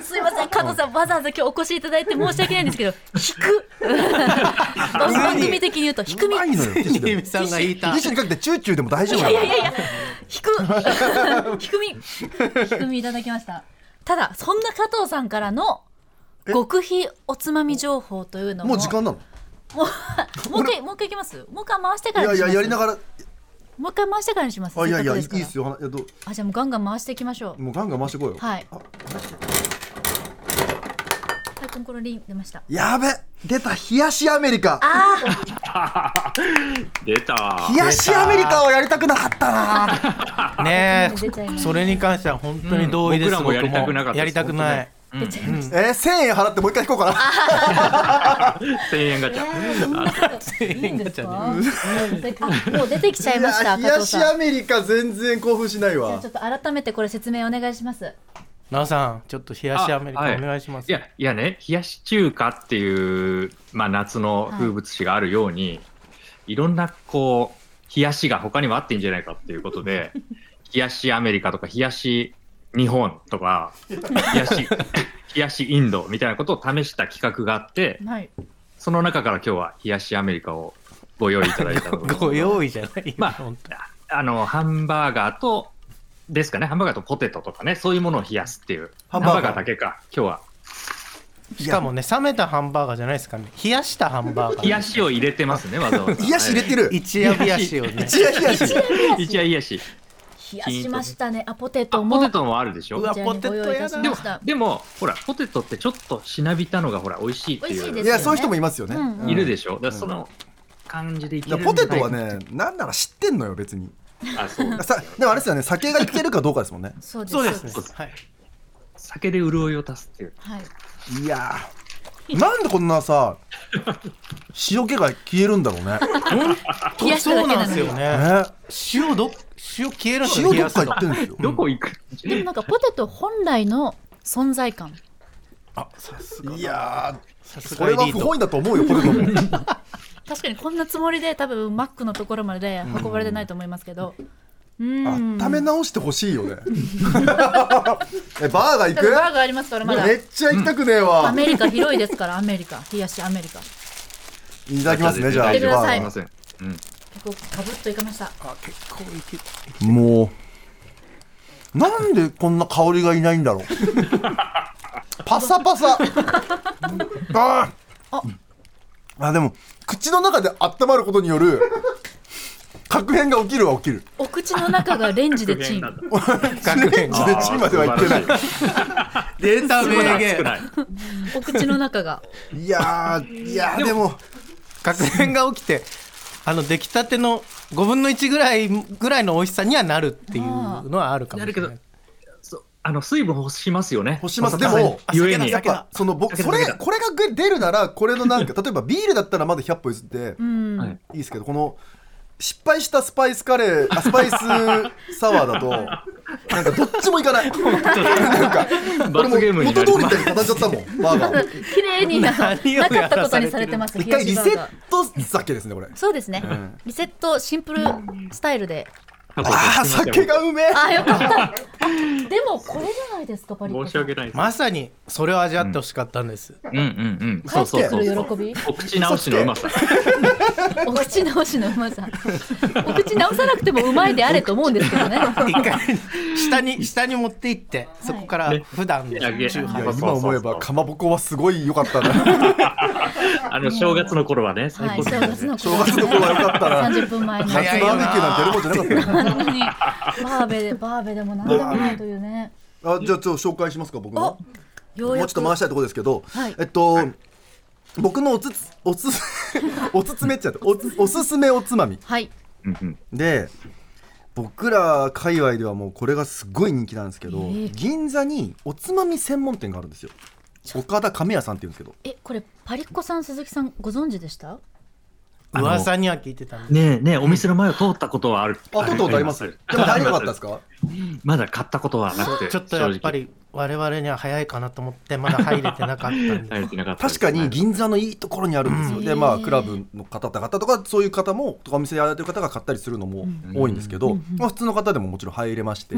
Speaker 2: すいません加藤さんわざわざ今日お越しいただいて申し訳ないんですけど引 く番組的に言うと引く
Speaker 3: う
Speaker 2: み
Speaker 3: まいのよティッシュで
Speaker 4: ひ
Speaker 3: も
Speaker 4: みさんが言い
Speaker 3: ティ
Speaker 4: た
Speaker 3: ッシュにかけてチューチューでも大丈夫
Speaker 2: い
Speaker 3: な
Speaker 2: や
Speaker 3: の
Speaker 2: いやいやいや引 く引くみ引くみいただきましたただそんな加藤さんからの極秘おつまみ情報というのも
Speaker 3: もう時間なの
Speaker 2: もう一回もう一回いきますもう一回回して
Speaker 3: い
Speaker 2: から
Speaker 3: や
Speaker 2: に
Speaker 3: い
Speaker 2: しま
Speaker 3: や
Speaker 2: す
Speaker 3: やりながら
Speaker 2: もう一回回してからにします
Speaker 3: あいやいやい
Speaker 2: せ
Speaker 3: い
Speaker 2: っかく
Speaker 3: いいっ
Speaker 2: です
Speaker 3: す
Speaker 2: から
Speaker 3: よ話いやどう
Speaker 2: あじゃあもうガンガン回していきましょう
Speaker 3: もうガンガン回してこいよ
Speaker 2: はい
Speaker 3: あ
Speaker 2: はいコンコロリン出ました
Speaker 3: やべ出た冷やしアメリカ
Speaker 2: あー
Speaker 5: 出た
Speaker 3: 冷やしアメリカはやりたくなかったな
Speaker 4: ね
Speaker 2: 出ちゃいま
Speaker 4: え
Speaker 2: す
Speaker 4: それに関しては本当に同意です、
Speaker 5: うん僕らもやりたくなか
Speaker 4: 僕
Speaker 5: ったです
Speaker 4: もやりたくない
Speaker 2: 出ちゃいまし
Speaker 3: えー、1000円払ってもう一回引こうかな
Speaker 5: 千円ガチ
Speaker 2: た、
Speaker 5: ャ。
Speaker 2: えーそんなこといいんですかであもう出てきちゃいました
Speaker 3: いや
Speaker 2: 加
Speaker 3: 冷や
Speaker 2: 藤
Speaker 3: し
Speaker 2: さん
Speaker 3: アメリカ全然興奮しない
Speaker 2: じゃあ
Speaker 3: わ
Speaker 2: ちょっと改めてこれ説明お願いします。
Speaker 4: なおさんちょっと冷やしアメリカお
Speaker 5: あはい
Speaker 4: 願いします、
Speaker 5: いや、いやね、冷やし中華っていう、まあ、夏の風物詩があるように、い、ろんな、こう、冷やしが他にもあっていいんじゃないかっていうこ とで、冷やしアメリカとか、冷やし日本と か、冷やし、冷やしインドみたいなことを試した企画があって、
Speaker 2: はい。
Speaker 5: その中から今日は冷やしアメリカをご用意いただいた ので、
Speaker 4: ご用意じゃない、
Speaker 5: まあ
Speaker 4: 本当
Speaker 5: あの、ハンバーガーと、ですかね、ハンバーガーとポテトとかね、そういうものを冷やすっていう、
Speaker 3: ハ
Speaker 5: ハ
Speaker 3: ン
Speaker 5: ン
Speaker 3: バー
Speaker 5: バ
Speaker 3: ガー
Speaker 5: ーガーだけか、今日は。
Speaker 4: しかもね冷めたハンバーガーじゃないですかね冷やしたハンバーガー
Speaker 5: 冷やしを入れてますね、わざわ ざ。
Speaker 3: 冷やし入れてる
Speaker 4: 一夜冷やしをね
Speaker 3: 一夜冷やし
Speaker 5: はい。一応冷やし。
Speaker 2: 冷やしましたね。あ、ポテ
Speaker 5: あ
Speaker 2: トも。
Speaker 5: ポテトもあるでし
Speaker 4: う
Speaker 5: ょ
Speaker 4: わ。
Speaker 2: こちらにご用意いたし
Speaker 5: で
Speaker 2: ま
Speaker 5: も
Speaker 2: した。、
Speaker 5: でも、ほら、ポテトってちょっとしなびたのが、ほら、美味しいって
Speaker 2: 美味しい
Speaker 5: い
Speaker 2: で
Speaker 5: う。
Speaker 3: いやそういう人もいますよね、
Speaker 2: うんうん
Speaker 5: いるでしょ。だからその感じでいけ
Speaker 3: だ
Speaker 5: る
Speaker 3: か
Speaker 5: ん
Speaker 3: ら
Speaker 5: じゃ
Speaker 3: ポ
Speaker 5: な
Speaker 3: テ
Speaker 5: い
Speaker 3: トは。ねなんなら知ってんのよ別に
Speaker 5: あ、そう。
Speaker 3: さでもあれですよね酒がいけるかどうかですもんね
Speaker 2: そうです。
Speaker 4: そうですね
Speaker 5: そうです
Speaker 4: はい
Speaker 5: 酒で潤いを足すっていう。
Speaker 2: はい。
Speaker 3: いやーなんでこんなさ塩気が消えるんだろうね
Speaker 2: 冷やしただ
Speaker 4: そ
Speaker 2: けな
Speaker 4: うなん
Speaker 2: のに
Speaker 4: ですよね
Speaker 3: ね
Speaker 4: 塩ど塩消えるの
Speaker 3: 塩
Speaker 4: 冷
Speaker 3: ど
Speaker 4: や
Speaker 3: っ
Speaker 4: すの
Speaker 3: か行ってるんですよ
Speaker 5: どこ行く
Speaker 2: でもなんかポテト本来の存在感。
Speaker 4: あさすが
Speaker 3: いや
Speaker 4: さ
Speaker 3: ー
Speaker 4: す
Speaker 3: そ
Speaker 4: がエ
Speaker 3: れは
Speaker 4: リ
Speaker 3: 不
Speaker 4: ート
Speaker 3: 本意だと思うよポテトも
Speaker 2: 確かにこんなつもりで多分マックのところまで運ばれてないと思いますけど。うん。
Speaker 3: 温め
Speaker 2: の。
Speaker 3: 直してほし いよね
Speaker 2: バ
Speaker 3: えバーガー行
Speaker 2: ーガー
Speaker 3: く
Speaker 2: ありますからまだ
Speaker 3: め。っちゃ行きたくねえ
Speaker 2: ア
Speaker 3: わ
Speaker 2: メリカ広いですからアメリカ冷やしアメリカ。
Speaker 3: いただきますねじゃあ
Speaker 5: 大丈
Speaker 2: 行
Speaker 5: 夫
Speaker 2: ってください
Speaker 5: すいません。うん。
Speaker 2: 結構かぶっといかました。
Speaker 4: あ結構いけ
Speaker 3: もうなんでこんな香りがいないんだろ うパサパサあ
Speaker 2: あ
Speaker 3: ーあでも口の中で温まることによる確変が起きるは起きる
Speaker 2: お口の中がレンジでチン。
Speaker 5: 学
Speaker 4: 学園
Speaker 3: 自然チンまでは行ってない
Speaker 4: データ名
Speaker 5: 少
Speaker 4: 言
Speaker 5: ない。
Speaker 2: お口の中が。
Speaker 3: いやーいやーでも
Speaker 4: 学園が起きてあの出来たての5分の1ぐらいぐらいの美味しさにはなるっていうのはあるかもしれな
Speaker 5: ないるそうあの、水分欲しますよね。
Speaker 3: 欲します
Speaker 5: パサパサに
Speaker 3: でも
Speaker 5: ゆえ
Speaker 4: あ酒だ
Speaker 5: に
Speaker 3: やっ。ぱその僕
Speaker 5: だけ
Speaker 3: そ
Speaker 5: どだ
Speaker 3: れ
Speaker 5: けど
Speaker 3: これが出るならこれのなんか 例えばビールだったらまだ100歩譲って
Speaker 2: うん。
Speaker 5: はい
Speaker 3: いいですけどこの失敗したスパイスカレーあスパイスサワーだ となんかどっちもいかないなんか俺も
Speaker 5: 罰ゲームにな
Speaker 3: 元
Speaker 5: り
Speaker 3: 通りみたい
Speaker 5: ます
Speaker 3: に語っちゃったもんバー ガーを
Speaker 2: 綺麗になな
Speaker 4: 何を
Speaker 2: かったことにされてます。
Speaker 3: 一回
Speaker 2: 冷
Speaker 3: リ
Speaker 2: やしバー
Speaker 3: セ
Speaker 2: ガ
Speaker 3: ッ
Speaker 2: ー
Speaker 3: ト酒ですねこれ
Speaker 2: そうですね、
Speaker 3: ん
Speaker 2: リセットシンプルスタイルで、
Speaker 3: ああ酒がうめえ
Speaker 2: ああよかったあでもこれじゃないですかパリコ
Speaker 5: 申し
Speaker 2: さん
Speaker 5: 訳ないです。
Speaker 4: まさにそれを味わってほしかったんです、
Speaker 5: うんうんうん。
Speaker 2: 帰
Speaker 5: そう
Speaker 2: っ
Speaker 5: そう
Speaker 2: て
Speaker 5: そうそう。
Speaker 2: くる喜び
Speaker 5: お口直しのうまさ。
Speaker 2: お口直しのうまさお口直さなくてもうまいであれと思うんですけどね
Speaker 4: 一回 下に下に持って行って、そこから普段の
Speaker 5: ね
Speaker 4: 中
Speaker 3: い
Speaker 4: 華
Speaker 3: や
Speaker 5: そうそうそう
Speaker 3: 今思えばかまぼこはすごい良かったな
Speaker 5: あの正月の頃はね、最
Speaker 2: は
Speaker 5: 高
Speaker 2: い
Speaker 5: で
Speaker 2: 正月
Speaker 5: すね。
Speaker 2: の
Speaker 3: 正月の頃は良かったな
Speaker 2: 30分前に
Speaker 4: 早
Speaker 3: 夏
Speaker 4: い
Speaker 3: バーベキューなんてやるもんじゃなかったよ
Speaker 2: なのにバーベでバーベでもなんでもないというね
Speaker 3: あじゃあちょっと紹介しますか僕
Speaker 2: お
Speaker 3: の
Speaker 2: よう
Speaker 3: も
Speaker 2: や
Speaker 3: うちょっと
Speaker 2: く
Speaker 3: 回したいところですけど、
Speaker 2: はい
Speaker 3: えっと、僕のおつつおつ おつつめっちゃったおつおすすめおつまみ
Speaker 2: はい
Speaker 5: うんうん
Speaker 3: で僕ら界隈ではもうこれがすごい人気なんですけど、
Speaker 2: えー
Speaker 3: 銀座におつまみ専門店があるんですよ岡田亀屋さんっていうんですけど
Speaker 2: えこれパリッコさん鈴木さんご存知でした
Speaker 4: 噂には聞いてたんで
Speaker 5: ねえねえ、お店の前を通ったことはある。
Speaker 3: あとうとうありますでも入れなかったですか
Speaker 5: まだ買ったことはなくて、
Speaker 4: ちょっとやっぱり我々には早いかなと思ってまだ入れてなかったん
Speaker 5: 正
Speaker 4: で
Speaker 5: 直。入れてなかったです
Speaker 3: 確かに銀座のいいところにあるんですよ、
Speaker 2: うん
Speaker 3: でま
Speaker 2: へ
Speaker 3: あ
Speaker 2: ー
Speaker 3: クラブの方々とかそういう方もとかお店やられてる方が買ったりするのも多いんですけど、まあ、普通の方でももちろん入れまして、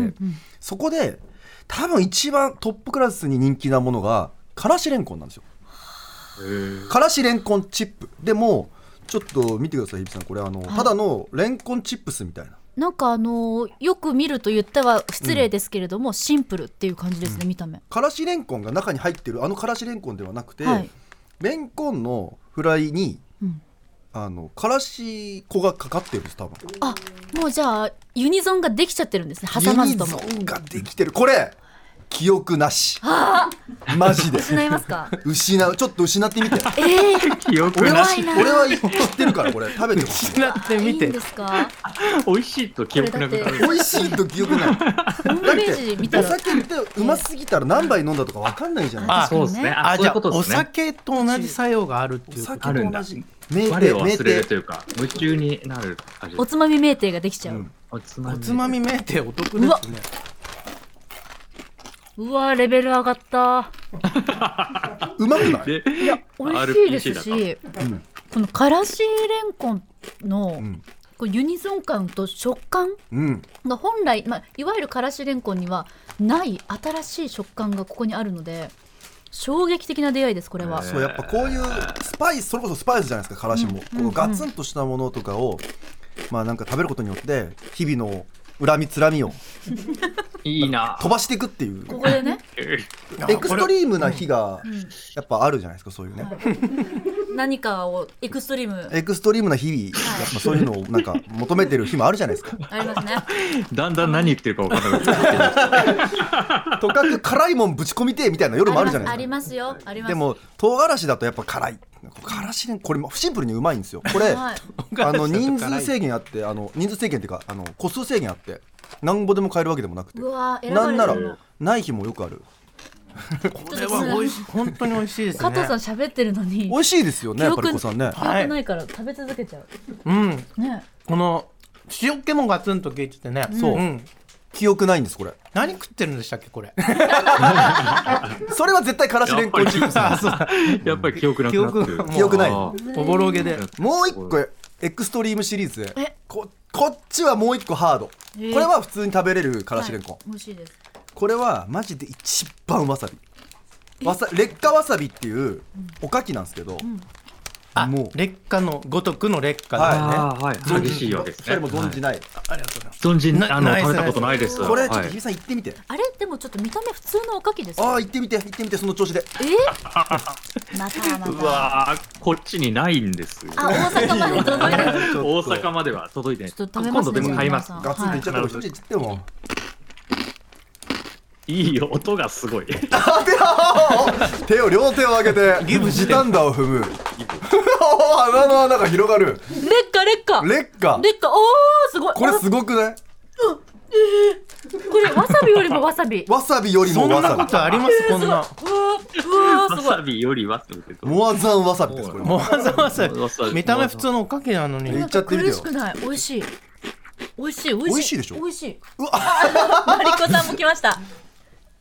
Speaker 3: そこで多分一番トップクラスに人気なものがからしれんこんなんですよ
Speaker 5: へえ
Speaker 3: からしれんこんチップでもちょっと見てくださいひびさんこれあの、
Speaker 2: い
Speaker 3: ただのれんこんチップスみたいな
Speaker 2: なんかあのーよく見ると言っては失礼ですけれども、シンプルっていう感じですね、見た目
Speaker 3: からしれんこんが中に入ってるあのからしれんこんではなくて、
Speaker 2: はい
Speaker 3: れんこんのフライに、
Speaker 2: うん
Speaker 3: あのからし粉がかかってるんです多分
Speaker 2: あもうじゃあユニゾンができちゃってるんですね挟まずとも
Speaker 3: ユニゾンができてるこれ記憶なしマジで
Speaker 2: 失い ます か
Speaker 3: 失うちょっと失って みて
Speaker 2: ええ
Speaker 5: 記憶
Speaker 3: 俺
Speaker 5: な
Speaker 3: は
Speaker 5: し。
Speaker 3: 俺は知ってるからこれ食べてほしい
Speaker 4: なってみ
Speaker 2: いいん
Speaker 4: て
Speaker 2: ですか
Speaker 5: 美味しいと記憶なくな
Speaker 2: これだっ
Speaker 5: る。
Speaker 3: 美味しいと記憶ないだ
Speaker 2: ホームページ見
Speaker 3: って
Speaker 2: た
Speaker 3: お
Speaker 2: ら
Speaker 3: 酒ってうますぎたら何杯飲んだとかわかんないじゃない
Speaker 5: あ、そうですね。
Speaker 4: あ
Speaker 5: あ、そ
Speaker 4: じ
Speaker 5: ういう
Speaker 4: ゃあ
Speaker 5: こと
Speaker 4: お
Speaker 5: ですね。
Speaker 4: 酒と同じ作用があるっ
Speaker 3: お
Speaker 4: ていうこと
Speaker 3: 酒
Speaker 5: ある
Speaker 3: と
Speaker 5: んだ
Speaker 3: 同じ名
Speaker 5: 我
Speaker 3: 名
Speaker 5: を忘れる
Speaker 3: 店
Speaker 5: というか、夢中になる感じ
Speaker 2: お。つまみ名店ができちゃう、
Speaker 5: おつ
Speaker 4: お
Speaker 5: ま
Speaker 4: つま
Speaker 5: み。
Speaker 4: み名店お得ですね
Speaker 2: うわレベル上がった
Speaker 3: うまくない
Speaker 5: で、
Speaker 2: 美味しいですし、
Speaker 5: RPC
Speaker 2: このからしれんこんの、
Speaker 3: ん
Speaker 2: こうユニゾン感と食感
Speaker 3: うん
Speaker 2: が本来、まあ、いわゆるからしれんこんにはない新しい食感がここにあるので衝撃的な出会いですこれは、
Speaker 3: そうやっぱこういうスパイスそれこそスパイスじゃないですかからしも、こうガツンとしたものとかをまあなんか食べることによって日々の恨みつらみを
Speaker 5: いいな。
Speaker 3: 飛ばしていくっていう
Speaker 2: ここでね
Speaker 3: エクストリームな日がやっぱあるじゃないですかそういうね
Speaker 2: 何かをエクストリーム
Speaker 3: エクストリームな日々やっぱそういうのをなんか求めてる日もあるじゃないですか
Speaker 2: ありますね
Speaker 5: だんだん何言ってるか分からなくなって
Speaker 3: とかく辛いもんぶち込みてえみたいな夜もあるじゃない
Speaker 2: あり
Speaker 3: ですか
Speaker 2: ますよあります
Speaker 3: でも唐辛子だとやっぱ辛いからしねこれもシンプルにうまいんですよこれ
Speaker 2: はい
Speaker 3: あの人数制限あってあの人数制限っていうかあの個数制限あって何ぼでも買えるわけでもなくて
Speaker 2: うわ選ば
Speaker 3: な
Speaker 2: れ
Speaker 3: ん
Speaker 2: て
Speaker 3: なら
Speaker 2: るの
Speaker 3: ない日もよくある
Speaker 4: これは美味しい本当に美味しいですね
Speaker 2: 加藤さん喋ってるのに
Speaker 3: 美味しいですよね
Speaker 2: 記
Speaker 3: パ
Speaker 2: 憶
Speaker 3: リコさんね
Speaker 2: 記憶ないから食べ続けちゃう
Speaker 4: うん
Speaker 2: ね
Speaker 4: この塩気もガツンと効いててね
Speaker 3: そうん記憶ないんですこれ
Speaker 4: 何食ってるんでしたっけこれ
Speaker 3: それは絶対からしれんこんチップス
Speaker 4: あ そう
Speaker 5: る。 やっぱり記憶なく
Speaker 4: 記
Speaker 5: な
Speaker 4: 憶が
Speaker 5: ってる
Speaker 4: も。う
Speaker 3: 記憶ない
Speaker 5: あ
Speaker 4: おぼろげで
Speaker 3: もう一個エクストリームシリーズで
Speaker 2: え
Speaker 3: ここっちはもう一個ハード
Speaker 2: へえ
Speaker 3: これは普通に食べれるからしれんこ
Speaker 2: はい
Speaker 3: ん
Speaker 2: 美味しいです
Speaker 3: これはマジで一番わさびわさ劣化わさびっていうおかきなんですけど、
Speaker 4: あ
Speaker 3: もう
Speaker 4: 劣化のごとくの劣化
Speaker 5: あ
Speaker 4: だね
Speaker 5: あ、はい。
Speaker 3: 存じ
Speaker 5: 激しいわけです
Speaker 3: そ
Speaker 5: ね。
Speaker 3: れも存じない、
Speaker 5: 存じ
Speaker 4: な
Speaker 5: あの
Speaker 4: ナイス
Speaker 5: 食べたことないです。
Speaker 3: これちょっ
Speaker 5: は
Speaker 3: と
Speaker 5: い
Speaker 3: 日比さん行ってみて、
Speaker 2: あれでもちょっと見た目普通のおかきです
Speaker 3: あ
Speaker 2: よ
Speaker 3: あ行ってみて行ってみてその調子で
Speaker 2: えまたま
Speaker 5: う
Speaker 2: た
Speaker 5: わあ、こっちにないんですよ。
Speaker 2: あ大阪まで届いた
Speaker 3: ちょっと
Speaker 5: 大阪までは届いてない。
Speaker 2: ちょっと食べ
Speaker 5: 今
Speaker 2: ます
Speaker 5: 度
Speaker 2: ね
Speaker 5: でも買います
Speaker 2: ジ。ェイソン
Speaker 3: ガツンといっちゃったら
Speaker 5: はい
Speaker 3: 一口いっても
Speaker 5: いいよ、音がすごい。
Speaker 3: 手を両手を上げて
Speaker 4: ギブして
Speaker 3: 時短打を踏む 鼻の穴が広がる
Speaker 2: 劣化劣化
Speaker 3: 劣化
Speaker 2: 劣化おーすごい
Speaker 3: これすごくな
Speaker 2: あこ
Speaker 3: い
Speaker 2: れわさびよりもわさび
Speaker 3: わさびより
Speaker 4: そ
Speaker 3: も
Speaker 4: ん
Speaker 3: わ
Speaker 4: な
Speaker 3: さ
Speaker 4: ことありますこんな
Speaker 2: うわうわ
Speaker 5: わ
Speaker 2: すご
Speaker 5: さ
Speaker 2: い
Speaker 5: びよりはってこと
Speaker 3: びモアザンわさびですこれ
Speaker 4: もうわざわざ
Speaker 5: わざわざ
Speaker 4: 見た目普通のおかきなのに
Speaker 3: 言っちゃってみて
Speaker 2: 苦
Speaker 3: よ
Speaker 2: しくない美味しい美味しい美
Speaker 3: 美味しいでしょ
Speaker 2: 美味しいうわマリコさんも来ました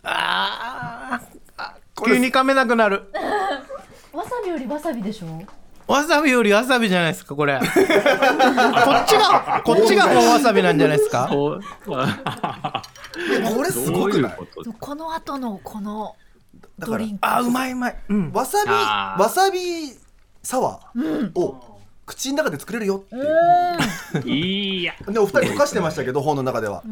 Speaker 4: あーあ急に噛めなくなる
Speaker 2: わさびよりわさびでしょ
Speaker 4: わさびよりわさびじゃないですか これこっちがこっちがもうわさびなんじゃないですか
Speaker 5: こう
Speaker 3: これす
Speaker 5: ど
Speaker 3: ご
Speaker 5: う
Speaker 3: く
Speaker 5: いう
Speaker 3: ない
Speaker 5: こと
Speaker 2: でもこの後のこの
Speaker 3: だ
Speaker 2: ド
Speaker 3: から
Speaker 2: リンク
Speaker 4: あーうまいうまいうん
Speaker 3: わさび
Speaker 5: あー
Speaker 3: わさびサワーを口の中で作れるよっていう
Speaker 5: いいや。
Speaker 3: でお二人溶かしてましたけど本の中では、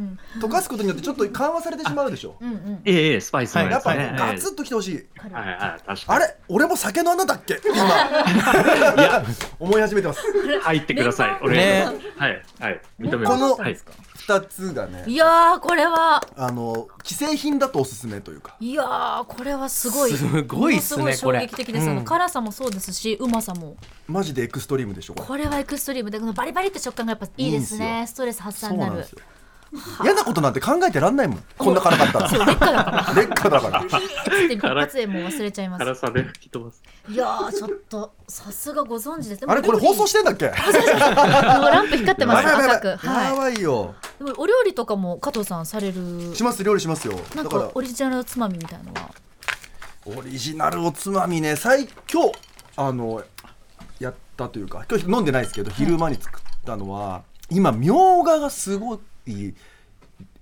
Speaker 3: 溶かすことによってちょっと緩和されてしまうでしょ、
Speaker 2: うんうん
Speaker 5: ええ、スパイスの
Speaker 3: や
Speaker 5: や
Speaker 3: っ
Speaker 5: つね
Speaker 3: ぱ。ガツッときてほしい、
Speaker 5: ええはいはい、確か
Speaker 3: あれ俺も酒の穴だっけ今
Speaker 5: に。いや、
Speaker 3: 思い始めてます
Speaker 5: 入ってください。お願いします。はい、はい、認めます。
Speaker 3: この
Speaker 5: はい
Speaker 3: 2つがね
Speaker 2: いやーこれは
Speaker 3: あの既製品だとおすすめというか
Speaker 2: いやーこれはすごい
Speaker 4: すごいっすね
Speaker 2: ものごい衝撃的です、
Speaker 4: これ
Speaker 2: あ
Speaker 4: う
Speaker 2: の
Speaker 4: ん
Speaker 2: 辛さもそうですしうまさも
Speaker 3: マジでエクストリームでしょこれ
Speaker 2: これはエクストリームでこのバリバリって食感がやっぱいいです
Speaker 3: いいん
Speaker 2: ねストレス発散
Speaker 3: そう
Speaker 2: にな
Speaker 3: なん
Speaker 2: る
Speaker 3: ですよ嫌なことなんて考えてらんないもんこんな辛かったら
Speaker 2: そう劣化だから
Speaker 3: 劣化だから
Speaker 2: つって一発でもう忘れちゃいます
Speaker 5: 辛さで吹き飛ばす。
Speaker 2: いやーちょっとさすがご存知ですでも
Speaker 3: あれこれ放送
Speaker 2: し
Speaker 3: してんだっけ
Speaker 2: もうランプ光ってます
Speaker 3: やばいや
Speaker 2: 赤
Speaker 3: ばい
Speaker 2: く
Speaker 3: や
Speaker 2: は
Speaker 3: ばいよ
Speaker 2: いでもお料理とかも加藤さんされる
Speaker 3: します料理しますよ
Speaker 2: な
Speaker 3: だ
Speaker 2: ん
Speaker 3: から
Speaker 2: かオリジナルつまみみたいのは
Speaker 3: オリジナルおつまみね最今日あのやったというか今日飲んでないですけど昼間に作ったのは今みょうががすごい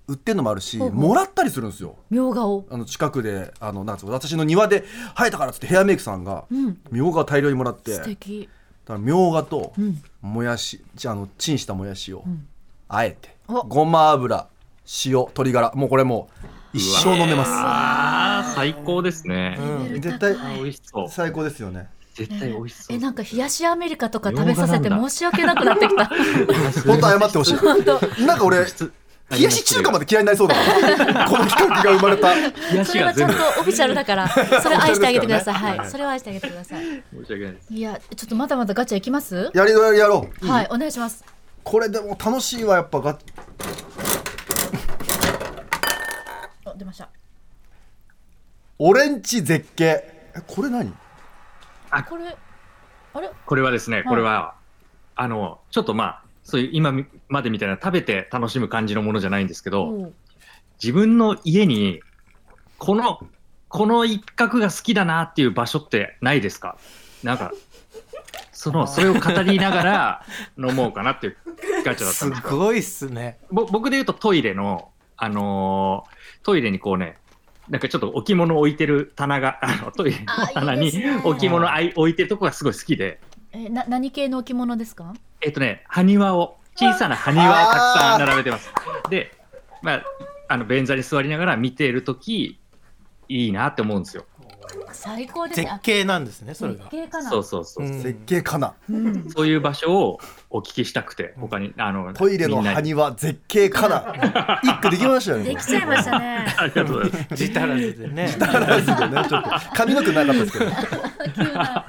Speaker 3: 売ってるのもあるし
Speaker 2: ほうほう
Speaker 3: もらったりするんですよ
Speaker 2: みょうがを
Speaker 3: あの近くであのなんつうの私の庭で生えたからっつってヘアメイクさんが
Speaker 2: ん
Speaker 3: みょうがを大量にもらって、
Speaker 2: 素敵
Speaker 3: だからみょうがともやし、じゃああのチンしたもやしをあえて、
Speaker 2: お
Speaker 3: ごま油塩鶏ガラもうこれもう一生飲めま
Speaker 5: ああ、最高ですね。
Speaker 3: す絶対
Speaker 5: あー美味しそう。
Speaker 3: 最高ですよね
Speaker 5: 絶対美味しそう。
Speaker 2: えなんか冷やしアメリカとか食べさせて申し訳なくなってきた
Speaker 3: 本当謝ってほしい
Speaker 2: 本当
Speaker 3: なんか俺冷やし中華まで嫌いになりそうだもんこの飛行機が生まれた
Speaker 5: 冷や
Speaker 2: そ
Speaker 5: し
Speaker 2: れ
Speaker 5: が
Speaker 2: はちゃ
Speaker 5: 全
Speaker 2: ん
Speaker 5: 部
Speaker 2: と
Speaker 5: 申
Speaker 2: オフィシャルだから、それ愛してあげてください。
Speaker 5: オフィシャルですか
Speaker 2: は、
Speaker 5: らねはいい
Speaker 2: それは愛してあげてください。
Speaker 5: し訳ないです。
Speaker 2: いや、ちょっとまだまだガチャいきます。
Speaker 3: やりやりやろう
Speaker 2: はい、お願いします。
Speaker 3: これでも楽しいわやっぱが
Speaker 2: お、出ました。
Speaker 3: オレンジ絶景えこれ何
Speaker 2: これ。あれ、
Speaker 5: これはですね、これは、あの、ちょっとまあ、そういう今までみたいな食べて楽しむ感じのものじゃないんですけど、
Speaker 2: おう
Speaker 5: 自分の家に、この、この一角が好きだなっていう場所ってないですかなんか、その、それを語りながら飲もうかな っていうガチャだった
Speaker 4: す
Speaker 5: んです。
Speaker 4: ごいっすね。
Speaker 5: ぼ僕で言うとトイレの、あのートイレにこうね、なんかちょっと置物置いてる棚が、あのトイレの棚
Speaker 2: あいい
Speaker 5: に
Speaker 2: ですね
Speaker 5: 置物あい置いてるとこがすごい好きで、
Speaker 2: え、な、何系の置物ですか。
Speaker 5: えっとね、埴輪を、小さな埴輪をたくさん並べてます。で、まあ、あの便座に座りながら見ているとき、いいなって思うんですよ。
Speaker 2: 最高です
Speaker 4: 絶
Speaker 2: ね。あ
Speaker 4: 景なんですね、それ
Speaker 2: 絶
Speaker 4: が。
Speaker 2: 景かな。
Speaker 5: そうそうそう。
Speaker 4: うん
Speaker 3: 絶景かな
Speaker 2: うん
Speaker 5: そういう場所をお聞きしたくて、他に、あの、
Speaker 3: トイレの
Speaker 5: みんな
Speaker 3: 埴
Speaker 5: に
Speaker 3: 輪絶景かな一句できましたよ
Speaker 2: で
Speaker 3: ね
Speaker 2: きちゃい ましたね。
Speaker 5: ありがとうございます。
Speaker 4: 自足らずでね。
Speaker 3: 足らずでねちょっと髪の毛なかったですけど
Speaker 2: 急な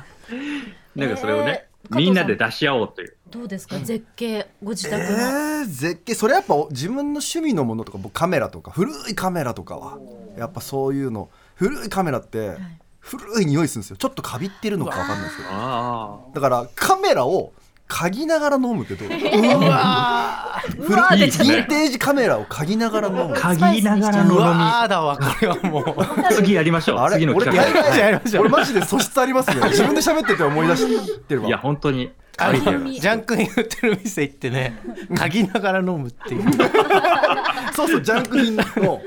Speaker 5: なんかそれをね、
Speaker 2: えー加藤さん
Speaker 5: みんなで出し合おうという。
Speaker 2: どうですか、絶景、ご自
Speaker 3: え
Speaker 2: 宅の。
Speaker 3: ー、絶景それやっぱ自分の趣味のものとか僕カメラとか古いカメラとかはやっぱそういうの古いカメラって古い匂いするんですよちょっとかびってるのかわかんないですけど
Speaker 5: あ
Speaker 3: だからカメラを嗅ぎながら飲むって どう
Speaker 4: うわ
Speaker 3: 古
Speaker 2: うわー
Speaker 3: い
Speaker 2: 出
Speaker 3: ヴ
Speaker 2: ちゃった
Speaker 3: ィンテージカメラを嗅ぎながら飲む
Speaker 5: あ。嗅ぎながら
Speaker 4: ーう
Speaker 5: の
Speaker 4: わーだわ、これはもう。
Speaker 5: 飲み。次やりましょ
Speaker 3: あ
Speaker 5: う。
Speaker 3: れ
Speaker 5: 次の
Speaker 3: 俺
Speaker 5: 企
Speaker 3: 大
Speaker 5: 画。
Speaker 4: やりま
Speaker 3: 概
Speaker 4: しょう
Speaker 3: 俺マジで素質ありますね自分で喋ってて思い出してる
Speaker 5: いや、
Speaker 3: わ
Speaker 5: 本当に。
Speaker 4: あ
Speaker 5: いや
Speaker 4: のジャンクに売ってる店行ってね、嗅ぎながら飲むっていう。
Speaker 3: そうそうジャンク品の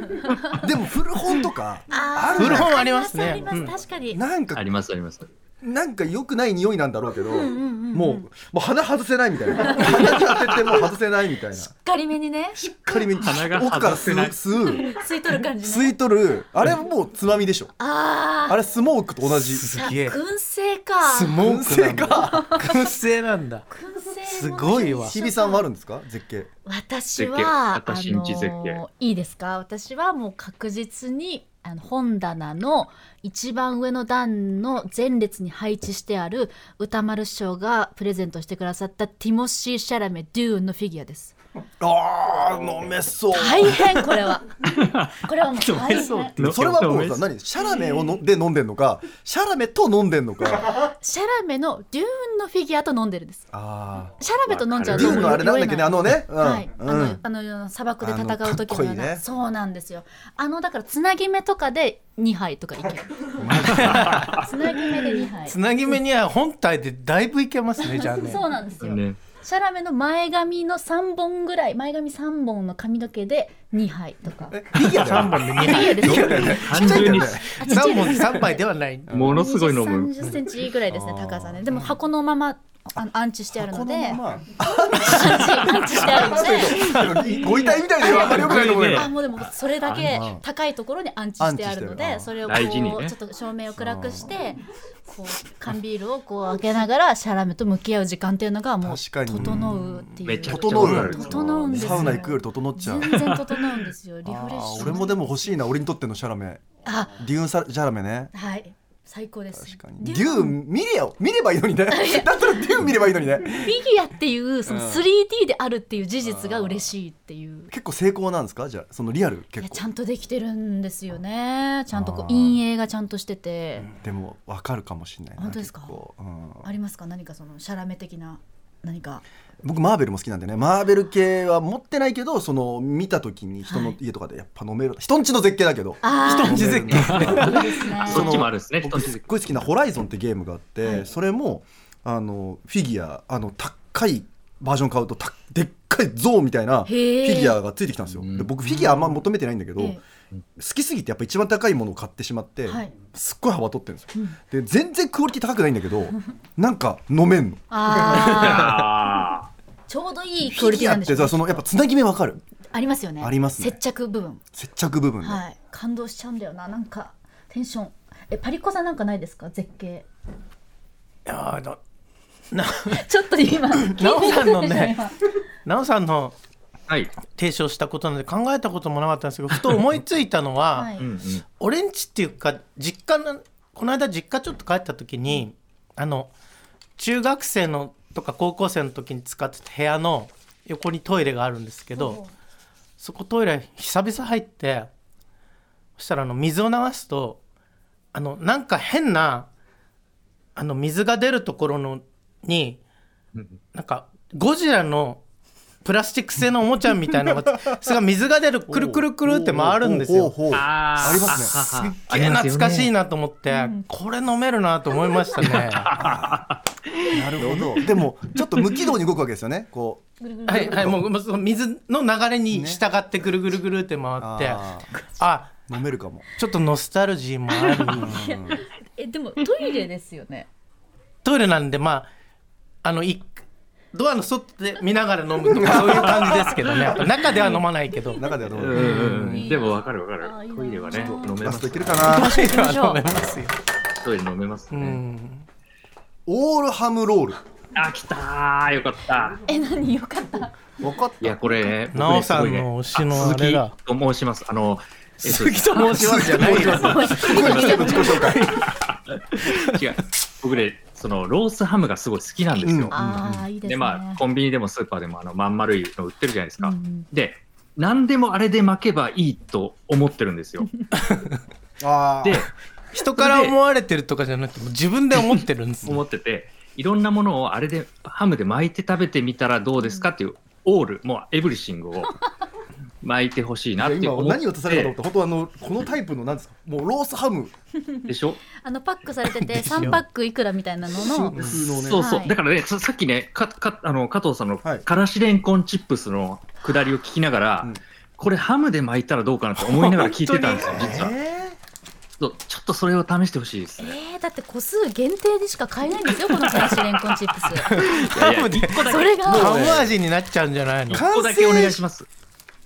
Speaker 3: でも古本とかあるじ
Speaker 4: 古
Speaker 3: ゃん
Speaker 4: 本ありますね。
Speaker 2: あります、
Speaker 4: うん
Speaker 2: 確かに。
Speaker 3: なんか
Speaker 5: あります、あります。
Speaker 3: なんか良くない匂いなんだろうけど、
Speaker 2: うんうん
Speaker 3: もうもう鼻外せないみたいな鼻に当ててもう外せないみたいなし
Speaker 2: 光目にね、
Speaker 3: っかり見て
Speaker 5: 鼻が
Speaker 3: 奥から
Speaker 5: 外
Speaker 3: 吸
Speaker 5: せ
Speaker 3: う
Speaker 5: ない
Speaker 3: 吸う
Speaker 2: 吸い取る感じ
Speaker 3: 吸
Speaker 2: ね。
Speaker 3: い取るあれもうつまみでしょ
Speaker 2: あ
Speaker 3: あれスモークと同じ
Speaker 4: す
Speaker 2: あ、
Speaker 4: げえ。
Speaker 2: 燻製か。
Speaker 4: スモークなんだ。燻製なんだ。
Speaker 2: 燻製も
Speaker 4: すごいわ
Speaker 3: 日比さんはあるんですか絶景
Speaker 2: 私は
Speaker 5: 絶景私んち絶景
Speaker 2: あのいいですか私はもう確実にあの本棚の一番上の段の前列に配置してある歌丸師匠がプレゼントしてくださったティモシー・シャラメ・デューンのフィギュアです
Speaker 3: あー飲めそう
Speaker 2: 大変これ はこれはもう大変
Speaker 4: そう
Speaker 3: それはもうさ何シャラメをので飲んでんのかシャラメと飲んでんのか
Speaker 2: シャラメのデューンのフィギュアと飲んでるんです
Speaker 3: あ
Speaker 2: シャラメと飲んじゃ
Speaker 3: ー
Speaker 2: う
Speaker 3: デ
Speaker 2: と
Speaker 3: ューンのあれなんだっけねあ
Speaker 2: 酔えい
Speaker 3: のねうん、
Speaker 2: はい、あ
Speaker 3: う
Speaker 2: の
Speaker 3: ん
Speaker 2: あの砂漠で戦う時のよう
Speaker 3: あのかっこいい
Speaker 2: な
Speaker 3: ね
Speaker 2: そうなんですよあのだからつなぎ目とかで2杯とかい けるつなぎ目で2杯
Speaker 4: つなぎ目には本体でだいぶいけますね、じゃあね。
Speaker 2: そうなんですよ、
Speaker 5: ね。
Speaker 2: シャラメの前髪の3本ぐらい前髪3本の髪の毛で2杯とか
Speaker 3: えフィギュアだよ
Speaker 4: 3本で2
Speaker 2: い
Speaker 4: 杯。
Speaker 2: やですね
Speaker 5: 単純に、
Speaker 2: あちっちゃ
Speaker 4: 3
Speaker 2: い
Speaker 4: 本
Speaker 2: で
Speaker 4: で3杯ではない。
Speaker 5: ものすごい飲む。
Speaker 2: 3 0センチぐらいですね高さねでも箱のままあの安置してあるの
Speaker 3: こ
Speaker 2: で
Speaker 3: のま
Speaker 2: 安置してあるので
Speaker 3: まご遺体みたいなのがあんまりよくないと思うよ
Speaker 2: あもうでもそれだけ高いところに安置してあるの
Speaker 3: 安置してる
Speaker 2: で
Speaker 3: あ
Speaker 2: それをこう
Speaker 5: 大事にね
Speaker 2: ちょっと照明を暗くしてこう缶ビールをこう開けながらシャラメと向き合う時間っていうのがもう
Speaker 3: 確かに
Speaker 2: 整うっていう
Speaker 5: めちゃくちゃ
Speaker 3: 整う
Speaker 2: 整うんですよ
Speaker 3: サウナ行くより整っちゃう
Speaker 2: 全然整うんですよリフレッ
Speaker 3: あ
Speaker 2: シュ
Speaker 3: ー俺もでも欲しいな俺にとってのシャラメ
Speaker 2: あ
Speaker 3: デューンサシャラメね
Speaker 2: はい最高です
Speaker 3: 確かにデュー
Speaker 2: ン
Speaker 3: ン見れよ見ればいい のにねだったらデューン見ればいいのにね
Speaker 2: フィギュアっていうその 3D であるっていう事実が嬉しいっていう
Speaker 3: 結構成功なんですかじゃあそのリアル
Speaker 2: い
Speaker 3: 結
Speaker 2: やち
Speaker 3: 構
Speaker 2: ゃんとできてるんですよねちゃんとこう陰影がちゃんとしてて
Speaker 3: でも分かるかもしれないな
Speaker 2: 本当ですか
Speaker 3: 結構うん
Speaker 2: ありますか何かそのシャラメ的な何か
Speaker 3: 僕マーベルも好きなんでねマーベル系は持ってないけどその見た時に人
Speaker 2: は
Speaker 3: の
Speaker 2: い
Speaker 3: 家とかでやっぱ飲める人んちの絶景だけど
Speaker 2: あ
Speaker 4: 人んち絶景
Speaker 3: 飲めるな
Speaker 2: あいいですね
Speaker 5: あそっちもあるんですね、人
Speaker 3: 僕
Speaker 5: んち
Speaker 3: すっごい好きな「ホライゾン」ってゲームがあって、
Speaker 2: はい
Speaker 3: それもあのフィギュアあの高いバージョン買うとたでっかい像みたいなフ
Speaker 2: へー
Speaker 3: ィギュアがついてきたんですよ、
Speaker 5: うん
Speaker 3: で僕フィギュアあんま求めてないんだけど、
Speaker 2: え
Speaker 3: 好きすぎてやっぱ一番高いものを買ってしまって、
Speaker 2: はい
Speaker 3: すっごい幅取ってるんですよ、で全然クオリティ高くないんだ けどなんか飲めんの。
Speaker 2: あ
Speaker 5: あ
Speaker 2: ー ちょうどいい
Speaker 3: フ
Speaker 2: クオ
Speaker 3: ィ
Speaker 2: リテ
Speaker 3: ギ
Speaker 2: ィ
Speaker 3: ュア
Speaker 2: なん
Speaker 3: っ
Speaker 2: でしょ
Speaker 3: てそのやっぱつなぎ目わかる
Speaker 2: ありますよね
Speaker 3: ありますね
Speaker 2: 接着部分
Speaker 3: 接着部分ね、
Speaker 2: はい感動しちゃうんだよななんかテンションえパリコさんなんかないですか絶景
Speaker 4: いやーなな
Speaker 2: ちょっと今聞いて
Speaker 4: ナオさんの
Speaker 2: るでしょ
Speaker 4: ね
Speaker 2: 今
Speaker 4: なおさんの
Speaker 5: はい。
Speaker 4: 提唱したことなので考えたこともなかったんですけどふと思いついたのは、
Speaker 2: はい
Speaker 5: うんうん。
Speaker 4: 俺んちっていうか実家のこの間実家ちょっと帰った時に、あの中学生のとか高校生の時に使ってた部屋の横にトイレがあるんですけどそこトイレ久々入ってそしたらあの水を流すとあのなんか変なあの水が出るところのになんかゴジラのプラスチック製のおもちゃみたいなのがそれが水が出るくるくるくるって回るんですよ。
Speaker 3: ほうほうほうほう
Speaker 5: あ
Speaker 3: あります
Speaker 5: ね
Speaker 4: すっげえ懐かしい
Speaker 5: な。
Speaker 4: なと思って、これ飲めるなと思いましたね は
Speaker 3: なるほど。でも、ちょっと無軌道に動くわけですよね。こう。
Speaker 4: いはいもうもうその水の流れに従ってぐるぐるぐるって回って、
Speaker 3: あ
Speaker 4: あ
Speaker 3: ー飲めるかも。
Speaker 4: ちょっとノスタルジーもある
Speaker 6: えでもトイレですよね
Speaker 4: トイレなんでまああのいドアの外で見ながら飲むとかそういう感じですけどね中では飲まないけど
Speaker 3: 中ではどう
Speaker 5: う
Speaker 3: も。
Speaker 5: んうん。でもわかるわか
Speaker 6: あいい
Speaker 5: る。
Speaker 6: な
Speaker 5: トイレはね、飲めま
Speaker 3: ラスト
Speaker 5: す
Speaker 3: いけ。るかな。
Speaker 4: トイレは飲めますよ、
Speaker 5: トイレ飲めます
Speaker 4: う
Speaker 5: ね。
Speaker 4: ん、
Speaker 3: オールハムロール。
Speaker 5: あ、来たー。よかった。
Speaker 6: え何よかった
Speaker 3: 分かっ
Speaker 5: いや、これ、僕ね
Speaker 4: なおさんの
Speaker 5: すごいね
Speaker 4: 推しのあれだ
Speaker 5: あ鈴木と申します。あの、えっと
Speaker 4: 鈴木と申しますじゃないです
Speaker 3: た。声聞けの自己紹介。
Speaker 5: 違う。僕ね、その、ロースハムがすごい好きなんです
Speaker 3: うん
Speaker 5: よ。
Speaker 2: ああいいですね
Speaker 5: でまあコンビニでもスーパーでもあのまん丸いの売ってるじゃないですか、
Speaker 2: うんうん
Speaker 5: で何でもあれで巻けばいいと思ってるんですよ
Speaker 3: ああ。
Speaker 5: で
Speaker 4: 人から思われてるとかじゃなくてもう自分で思ってるんですね
Speaker 5: 思ってていろんなものをあれでハムで巻いて食べてみたらどうですかっていうオールもうエブリシング を巻いてほしいなって
Speaker 3: 今
Speaker 5: 思っ
Speaker 3: 何を足されたと思
Speaker 5: て
Speaker 3: った本当あのこのタイプのなんですかもうロースハム
Speaker 5: でしょ
Speaker 2: あのパックされ てて
Speaker 4: ですよ
Speaker 2: 3パックいくらみたいなのの
Speaker 3: 風のね
Speaker 5: そうそう、
Speaker 2: はい
Speaker 5: だからねささっきねかかあの加藤さんの
Speaker 3: はい
Speaker 5: からしれんこんチップスのくだりを聞きながら、
Speaker 3: うん
Speaker 5: これハムで巻いたらどうかなって思いながら聞いてたんですよ実は、そうちょっとそれを試してほしいですね
Speaker 2: えー、だって個数限定でしか買えないんですよこのからしれんこんチップス
Speaker 5: いやいや一 個だけ
Speaker 2: それが
Speaker 4: ハム味になっちゃうんじゃないの
Speaker 5: 一個だけお願いします。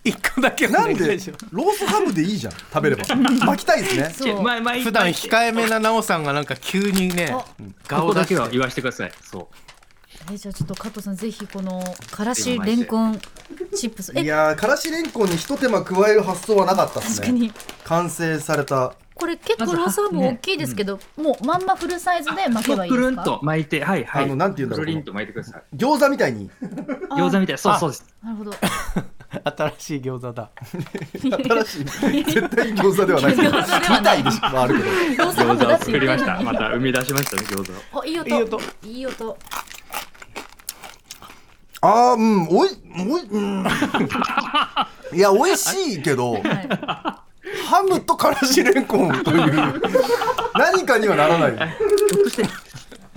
Speaker 4: 一個だけお
Speaker 3: な
Speaker 4: 願
Speaker 3: ん
Speaker 4: いし
Speaker 3: で
Speaker 4: ます
Speaker 3: ロースハムでいいじゃん食べれば巻きたいですね
Speaker 2: そう
Speaker 5: 前前
Speaker 4: 普段控えめな奈緒さんがなんか急にね
Speaker 2: あ
Speaker 5: 顔
Speaker 4: 顔
Speaker 5: だ
Speaker 4: だけ
Speaker 5: けは
Speaker 4: は
Speaker 5: 言わせてください。そ
Speaker 2: えーじゃあちょっと加藤さんぜひこのからしれんこんチップス
Speaker 3: い
Speaker 2: え
Speaker 3: やーからしれんこんにひと手間加える発想はなかったです
Speaker 2: 確か
Speaker 3: ね
Speaker 2: に
Speaker 3: 完成された
Speaker 2: これ結構
Speaker 5: まず
Speaker 2: ロースハム
Speaker 5: ね
Speaker 2: 大きいですけど、もうまんまフルサイズで
Speaker 5: う。
Speaker 2: 巻けばいい
Speaker 5: く
Speaker 2: で
Speaker 5: る
Speaker 2: す
Speaker 5: ん
Speaker 2: か
Speaker 5: と巻いて、はいはい。
Speaker 3: あのなんて言うんだろう
Speaker 5: くるりんと巻いてください。
Speaker 3: 餃子みたいに
Speaker 5: 餃子みたい。そう
Speaker 4: あ
Speaker 5: そうです。
Speaker 2: なるほど
Speaker 4: 新しい餃子だ
Speaker 3: 新しい絶対に餃子ではないですけど
Speaker 2: 餃 子では
Speaker 3: み
Speaker 2: な
Speaker 3: た
Speaker 2: い
Speaker 3: いでしまああるけど
Speaker 2: ロースハム
Speaker 5: 餃子
Speaker 2: だ
Speaker 5: を
Speaker 2: って言
Speaker 5: 作
Speaker 2: って
Speaker 5: り
Speaker 2: な
Speaker 5: ま
Speaker 2: い
Speaker 5: した。
Speaker 2: の
Speaker 5: ま
Speaker 2: に
Speaker 5: た生み出しましたね、餃子を。
Speaker 2: あいい音
Speaker 4: いい音
Speaker 2: いい音
Speaker 3: ああうんおいおいうん いや美味しいけどハムとからしれんこんという何かにはならない
Speaker 5: ひょっとして、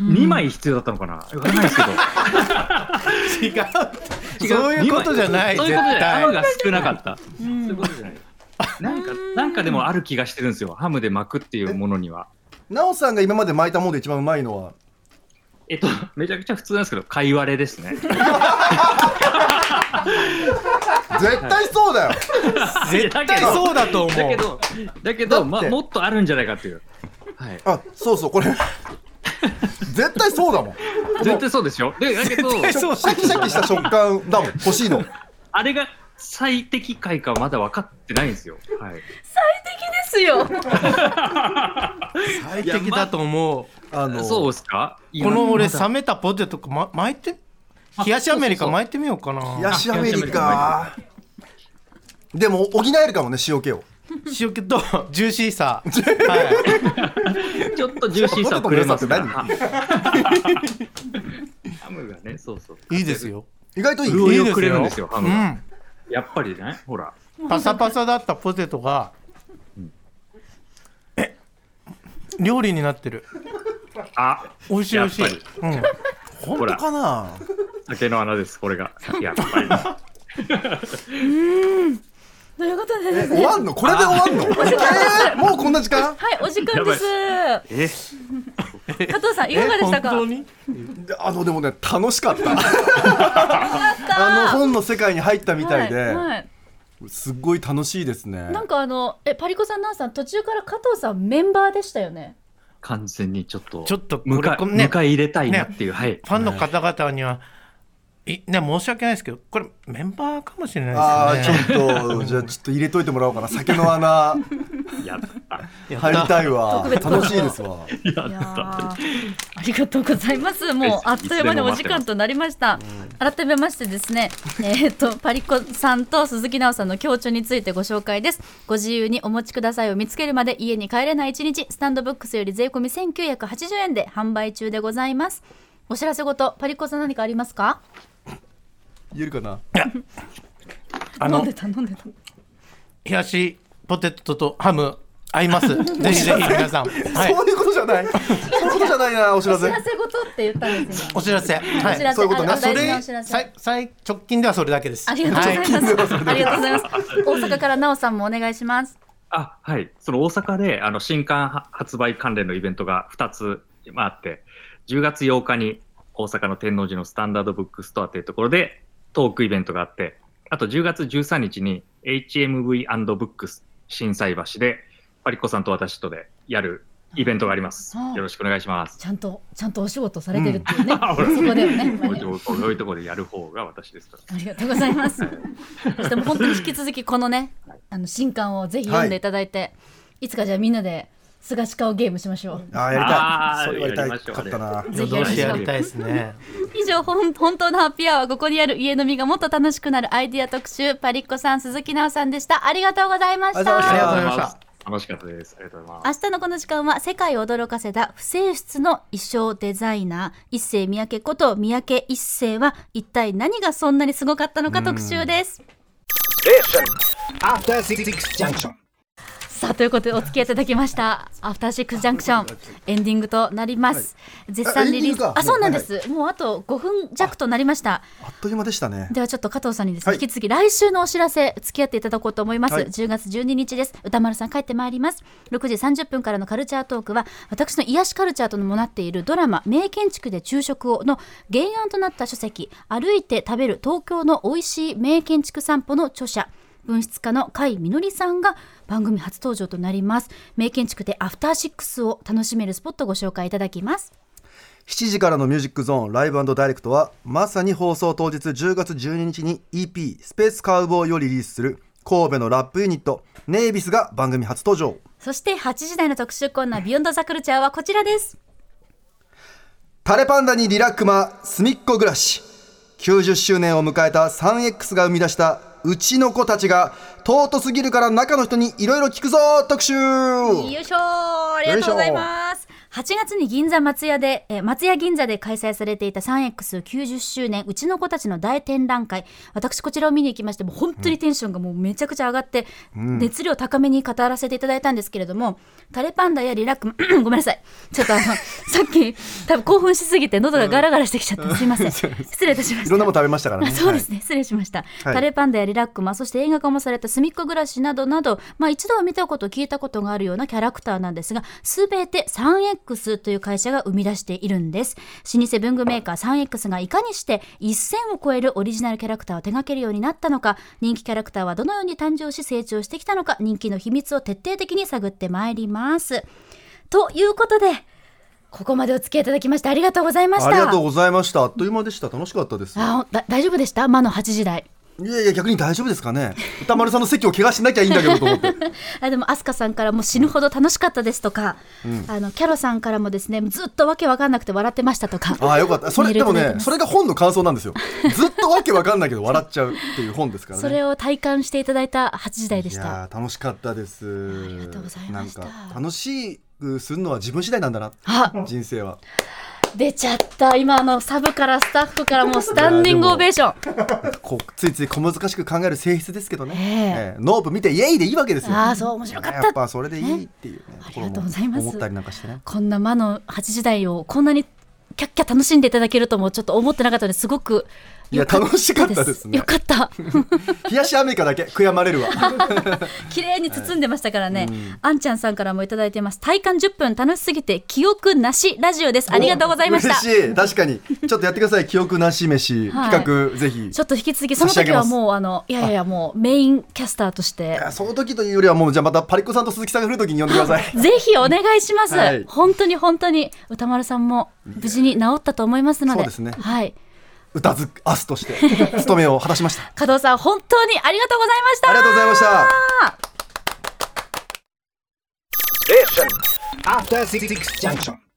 Speaker 5: 2枚必要だったのかなわからないです けど。
Speaker 4: 違うそういうことじゃない
Speaker 5: そう
Speaker 4: 絶
Speaker 5: いうことじゃない。ハム
Speaker 4: 対
Speaker 5: が少なかった。そういうことじゃない。なんか、なんかでもある気がしてるんですよ。ハムで巻くっていうものには。
Speaker 3: なおさんが今まで巻いたもので一番うまいのは
Speaker 5: えっと、めちゃくちゃ普通なんですけど、かいわれですね。
Speaker 3: 絶対そうだよ
Speaker 4: 絶対そうだと思
Speaker 5: だけ
Speaker 4: う
Speaker 5: ど、だけど、
Speaker 3: だっ
Speaker 5: ま
Speaker 3: て
Speaker 5: もっとあるんじゃないかっていう。はい。
Speaker 3: あそうそうこれ絶対そうだもん
Speaker 5: 絶対そうですよ。で、だけ ど、
Speaker 4: そう
Speaker 3: シャキシャキした食感だもん欲しいの
Speaker 5: あれが最適解かはまだ分かってないんですよ。はい。
Speaker 2: ですよ
Speaker 4: 最適だと思う
Speaker 3: あの
Speaker 5: そうですか
Speaker 4: この俺
Speaker 5: 今
Speaker 4: 冷めたポテトかま巻いて冷やしアメリカ巻いてみようか
Speaker 3: 冷
Speaker 4: な
Speaker 3: やしアメリカでも補えるかもね塩気を
Speaker 4: 塩気とジューシーさはい
Speaker 5: ちょっとジューシーさをくれますから。
Speaker 3: ポ
Speaker 5: ハムがね、そうそう。
Speaker 4: いいです。よ
Speaker 3: 意外といい
Speaker 5: 潤い
Speaker 4: いいです
Speaker 5: を
Speaker 4: よ
Speaker 5: くれるんですよ、ハ
Speaker 4: う
Speaker 5: ムが
Speaker 4: ん
Speaker 5: やっぱりね、ほら。
Speaker 4: パサパサだったポテトが、え料理になってる
Speaker 5: あ、
Speaker 4: 美味しい美味しい
Speaker 5: やっ
Speaker 4: うん、
Speaker 5: ほら、
Speaker 3: かな
Speaker 5: 酒の穴です、これが。やっぱり。
Speaker 2: ということで
Speaker 3: え終わんのこれで 終わんのえーもうこんな時間
Speaker 2: はいお時間です
Speaker 5: え、
Speaker 2: 加藤さんいかがでしたか
Speaker 4: え本当に
Speaker 3: であのでもね楽しかった あの本の世界に入ったみたい
Speaker 2: は
Speaker 3: で
Speaker 2: いはい
Speaker 3: すっごい楽しいですね
Speaker 2: なんかあのえパリコさんナンさん途中から加藤さんメンバーでしたよね
Speaker 5: 完全にちょっと、
Speaker 4: ちょっとこれ
Speaker 5: 迎え
Speaker 4: これね
Speaker 5: 迎え入れたいなっていう、はい。
Speaker 4: ファンの方々には、いね申し訳ないですけどこれメンバーかもしれな
Speaker 3: あ
Speaker 4: い
Speaker 3: あ
Speaker 4: で
Speaker 3: ち
Speaker 4: す
Speaker 3: ょ
Speaker 4: ね
Speaker 3: っとじゃあちょっと入れといてもらおうかな酒の 穴
Speaker 5: やった。
Speaker 3: 入りたいわ楽しいですわ
Speaker 2: いやーありがとうござい ます。もうあっという間にお時間となりました。改めましてです ね、えっ、とパリコさんと鈴木奈緒さんの共著についてご紹介です。ご自由にお持ちくださいを見つけるまで家に帰れない一日、スタンドブックスより税込み1980円で販売中でございます。お知らせごとパリコさん何かありますか？
Speaker 3: 言えるかな
Speaker 4: あ
Speaker 2: 飲ん
Speaker 4: の
Speaker 2: でた飲んでた。
Speaker 4: 冷やしポテトとハム合 いますぜひぜひ皆さん、はい
Speaker 3: そ、ういうことじゃないそういうことじゃないなお知ら
Speaker 2: お知
Speaker 3: せ
Speaker 2: らせごとって言ったんですよ。
Speaker 4: お知らせ、は
Speaker 2: お知らせ、
Speaker 4: い、
Speaker 3: そういうことね
Speaker 2: あの
Speaker 4: そ
Speaker 2: 大事なお知
Speaker 4: れ
Speaker 2: らせ。
Speaker 4: さい最直近ではそれだけです
Speaker 2: ありがとうございます。ありがとうございます。大阪から奈緒さんもお願いします。
Speaker 5: あ、はい。その大阪で、あの、新刊は発売関連のイベントが2つまああって、10月8日に大阪の天王寺のスタンダードブックストアというところでトークイベントがあって、あと10月13日に HMV& ブックス震災橋で、パリッコさんと私とでやるイベントがあります。
Speaker 2: あ
Speaker 5: よろしくお願いします。
Speaker 2: ちゃんと、ちゃんとお仕事されてるっていうね。
Speaker 5: あ、ほら、こ
Speaker 2: そこだよね。
Speaker 5: ういうとここういうところでやる方が私ですから。
Speaker 2: ありがとうございます。そしてもう本当に引き続きこのね、あの新刊をぜひ読んでいただいて、い、つかじゃあみんなで菅氏顔ゲームしましょう。
Speaker 3: あーや
Speaker 5: あー
Speaker 3: りたいそれはやりた
Speaker 5: やりましょ
Speaker 3: いうかったな
Speaker 2: ぜひ
Speaker 4: ど
Speaker 2: や
Speaker 4: う
Speaker 2: り
Speaker 4: してや
Speaker 2: ましょ
Speaker 4: り
Speaker 2: う。
Speaker 4: たいですね
Speaker 2: 以上本本当のハッピーアワーはここにある家飲みがもっと楽しくなるアイディア特集パリッコさん鈴木奈緒さんでした。ありがとうございま
Speaker 3: あ
Speaker 2: し
Speaker 3: りがとうございましたた。
Speaker 5: 楽しかったです。ありがとうございます。
Speaker 2: 明日のこの時間は世界を驚かせた不正室の衣装デザイナー一世三宅こと三宅一世は一体何がそんなにすごかったのか特集です。
Speaker 7: After Six Junction.
Speaker 2: さあということでお付き合いいただきました「アフターシックスジャンクション」エンディングとなります、絶賛リリース
Speaker 3: あエンディングか
Speaker 2: あそうなんです、もうあと5分弱となりました
Speaker 3: あっという間でしたね
Speaker 2: ではちょっと加藤さんにです、
Speaker 3: はい
Speaker 2: 引き続き来週のお知らせ付き合っていただこうと思います、
Speaker 3: はい
Speaker 2: 10月12日です歌丸さん帰ってまいります6時30分からのカルチャートークは私の癒しカルチャーともなっているドラマ「名建築で昼食を」の原案となった書籍「歩いて食べる東京の美味しい名建築散歩」の著者文筆家の甲斐みのりさんが番組初登場となります名建築でアフターシックスを楽しめるスポットをご紹介いただきます
Speaker 3: 7時からのミュージックゾーンライブダイレクトはまさに放送当日10月12日に EP スペースカウボーイをリリースする神戸のラップユニットネイビスが番組初登場
Speaker 2: そして8時台の特集コーナー「ビヨンドザカルチャーはこちらです
Speaker 3: タレパンダにリラックマすみっこ暮らし90周年を迎えた 3X が生み出したうちの子たちが尊すぎるから中の人にいろいろ聞くぞ特集
Speaker 2: よいしょーありがとうございます8月に銀座松屋で、えー松屋銀座で開催されていた 3X90 周年うちの子たちの大展覧会私こちらを見に行きましてもう本当にテンションがもうめちゃくちゃ上がって、熱量高めに語らせていただいたんですけれどもタレパンダやリラックマ ごめんなさいちょっとあのさっき多分興奮しすぎて喉がガラガラしてきちゃって、すいません失礼いたしました
Speaker 3: いろんなもの食べましたからね
Speaker 2: あそうですね、失礼しました、
Speaker 3: はい
Speaker 2: タレパンダやリラックマそして映画化もされた「すみっこ暮らし」などなど、まあ、一度は見たこと聞いたことがあるようなキャラクターなんですが全て 3X という会社が生み出しているんです老舗文具メーカー 3X がいかにして1000を超えるオリジナルキャラクターを手掛けるようになったのか人気キャラクターはどのように誕生し成長してきたのか人気の秘密を徹底的に探ってまいりますということでここまでお付き合いいただきましてありがとうございました
Speaker 3: ありがとうございましたあっという間でした楽しかったです
Speaker 2: あだ大丈夫でした魔の8時台
Speaker 3: いやいや逆に大丈夫ですかね歌丸さんの席を怪我しなきゃいいんだけどと思って
Speaker 2: あでも飛鳥さんからもう死ぬほど楽しかったですとか、あのキャロさんからもですねずっとわけわかんなくて笑ってましたとか
Speaker 3: ああよかったそ
Speaker 2: メ
Speaker 3: れ
Speaker 2: ール
Speaker 3: でも
Speaker 2: いただいて
Speaker 3: ね
Speaker 2: ます
Speaker 3: それが本の感想なんですよずっとわけわかんないけど笑っちゃうっていう本ですからね
Speaker 2: それを体感していただいた8時台で
Speaker 3: い
Speaker 2: した
Speaker 3: やー楽しかったですあ
Speaker 2: りがとうございました
Speaker 3: なんか楽しくするのは自分次第なんだな
Speaker 2: あ
Speaker 3: 人生は
Speaker 2: 出ちゃった今あのサブからスタッフからもうスタンディングオベーション
Speaker 3: こうついつい小難しく考える性質ですけどね、
Speaker 2: え
Speaker 3: ええノープ見てイエイでいいわけですよ
Speaker 2: ああそう面白かっ
Speaker 3: やったぱそれでいいっていうねところ
Speaker 2: ありがとう
Speaker 3: も
Speaker 2: ございます
Speaker 3: 思ったりなんかしてね
Speaker 2: こんな魔の8時台をこんなにキャッキャ楽しんでいただけるともちょっと思ってなかったのですごく
Speaker 3: いや
Speaker 2: よ
Speaker 3: 楽しかったですね
Speaker 2: よかった
Speaker 3: 冷やしアメリカだけ悔やまれるわ
Speaker 2: 綺麗に包んでましたからね、あんちゃんさんからもいただいてます体感10分楽しすぎて記憶なしラジオ ですありがとうございました
Speaker 3: 嬉しい確かにちょっとやってください記憶なし飯、
Speaker 2: はい
Speaker 3: 企画ぜひ
Speaker 2: ちょっと引き続きその時はもうあのいやいやいやもうメインキャスターとして
Speaker 3: いやその時というよりはもうじゃあまたパリッコさんと鈴木さんが来る時に呼んでください
Speaker 2: ぜひお願いします、
Speaker 3: はい
Speaker 2: 本当に本当に歌丸さんも無事に治ったと思いますので
Speaker 3: そうですね
Speaker 2: はい
Speaker 3: 歌ずアスとして務めを果たしました
Speaker 6: 加藤さん本当にありがとうございました
Speaker 3: ありがとうございました
Speaker 8: After Six Junction.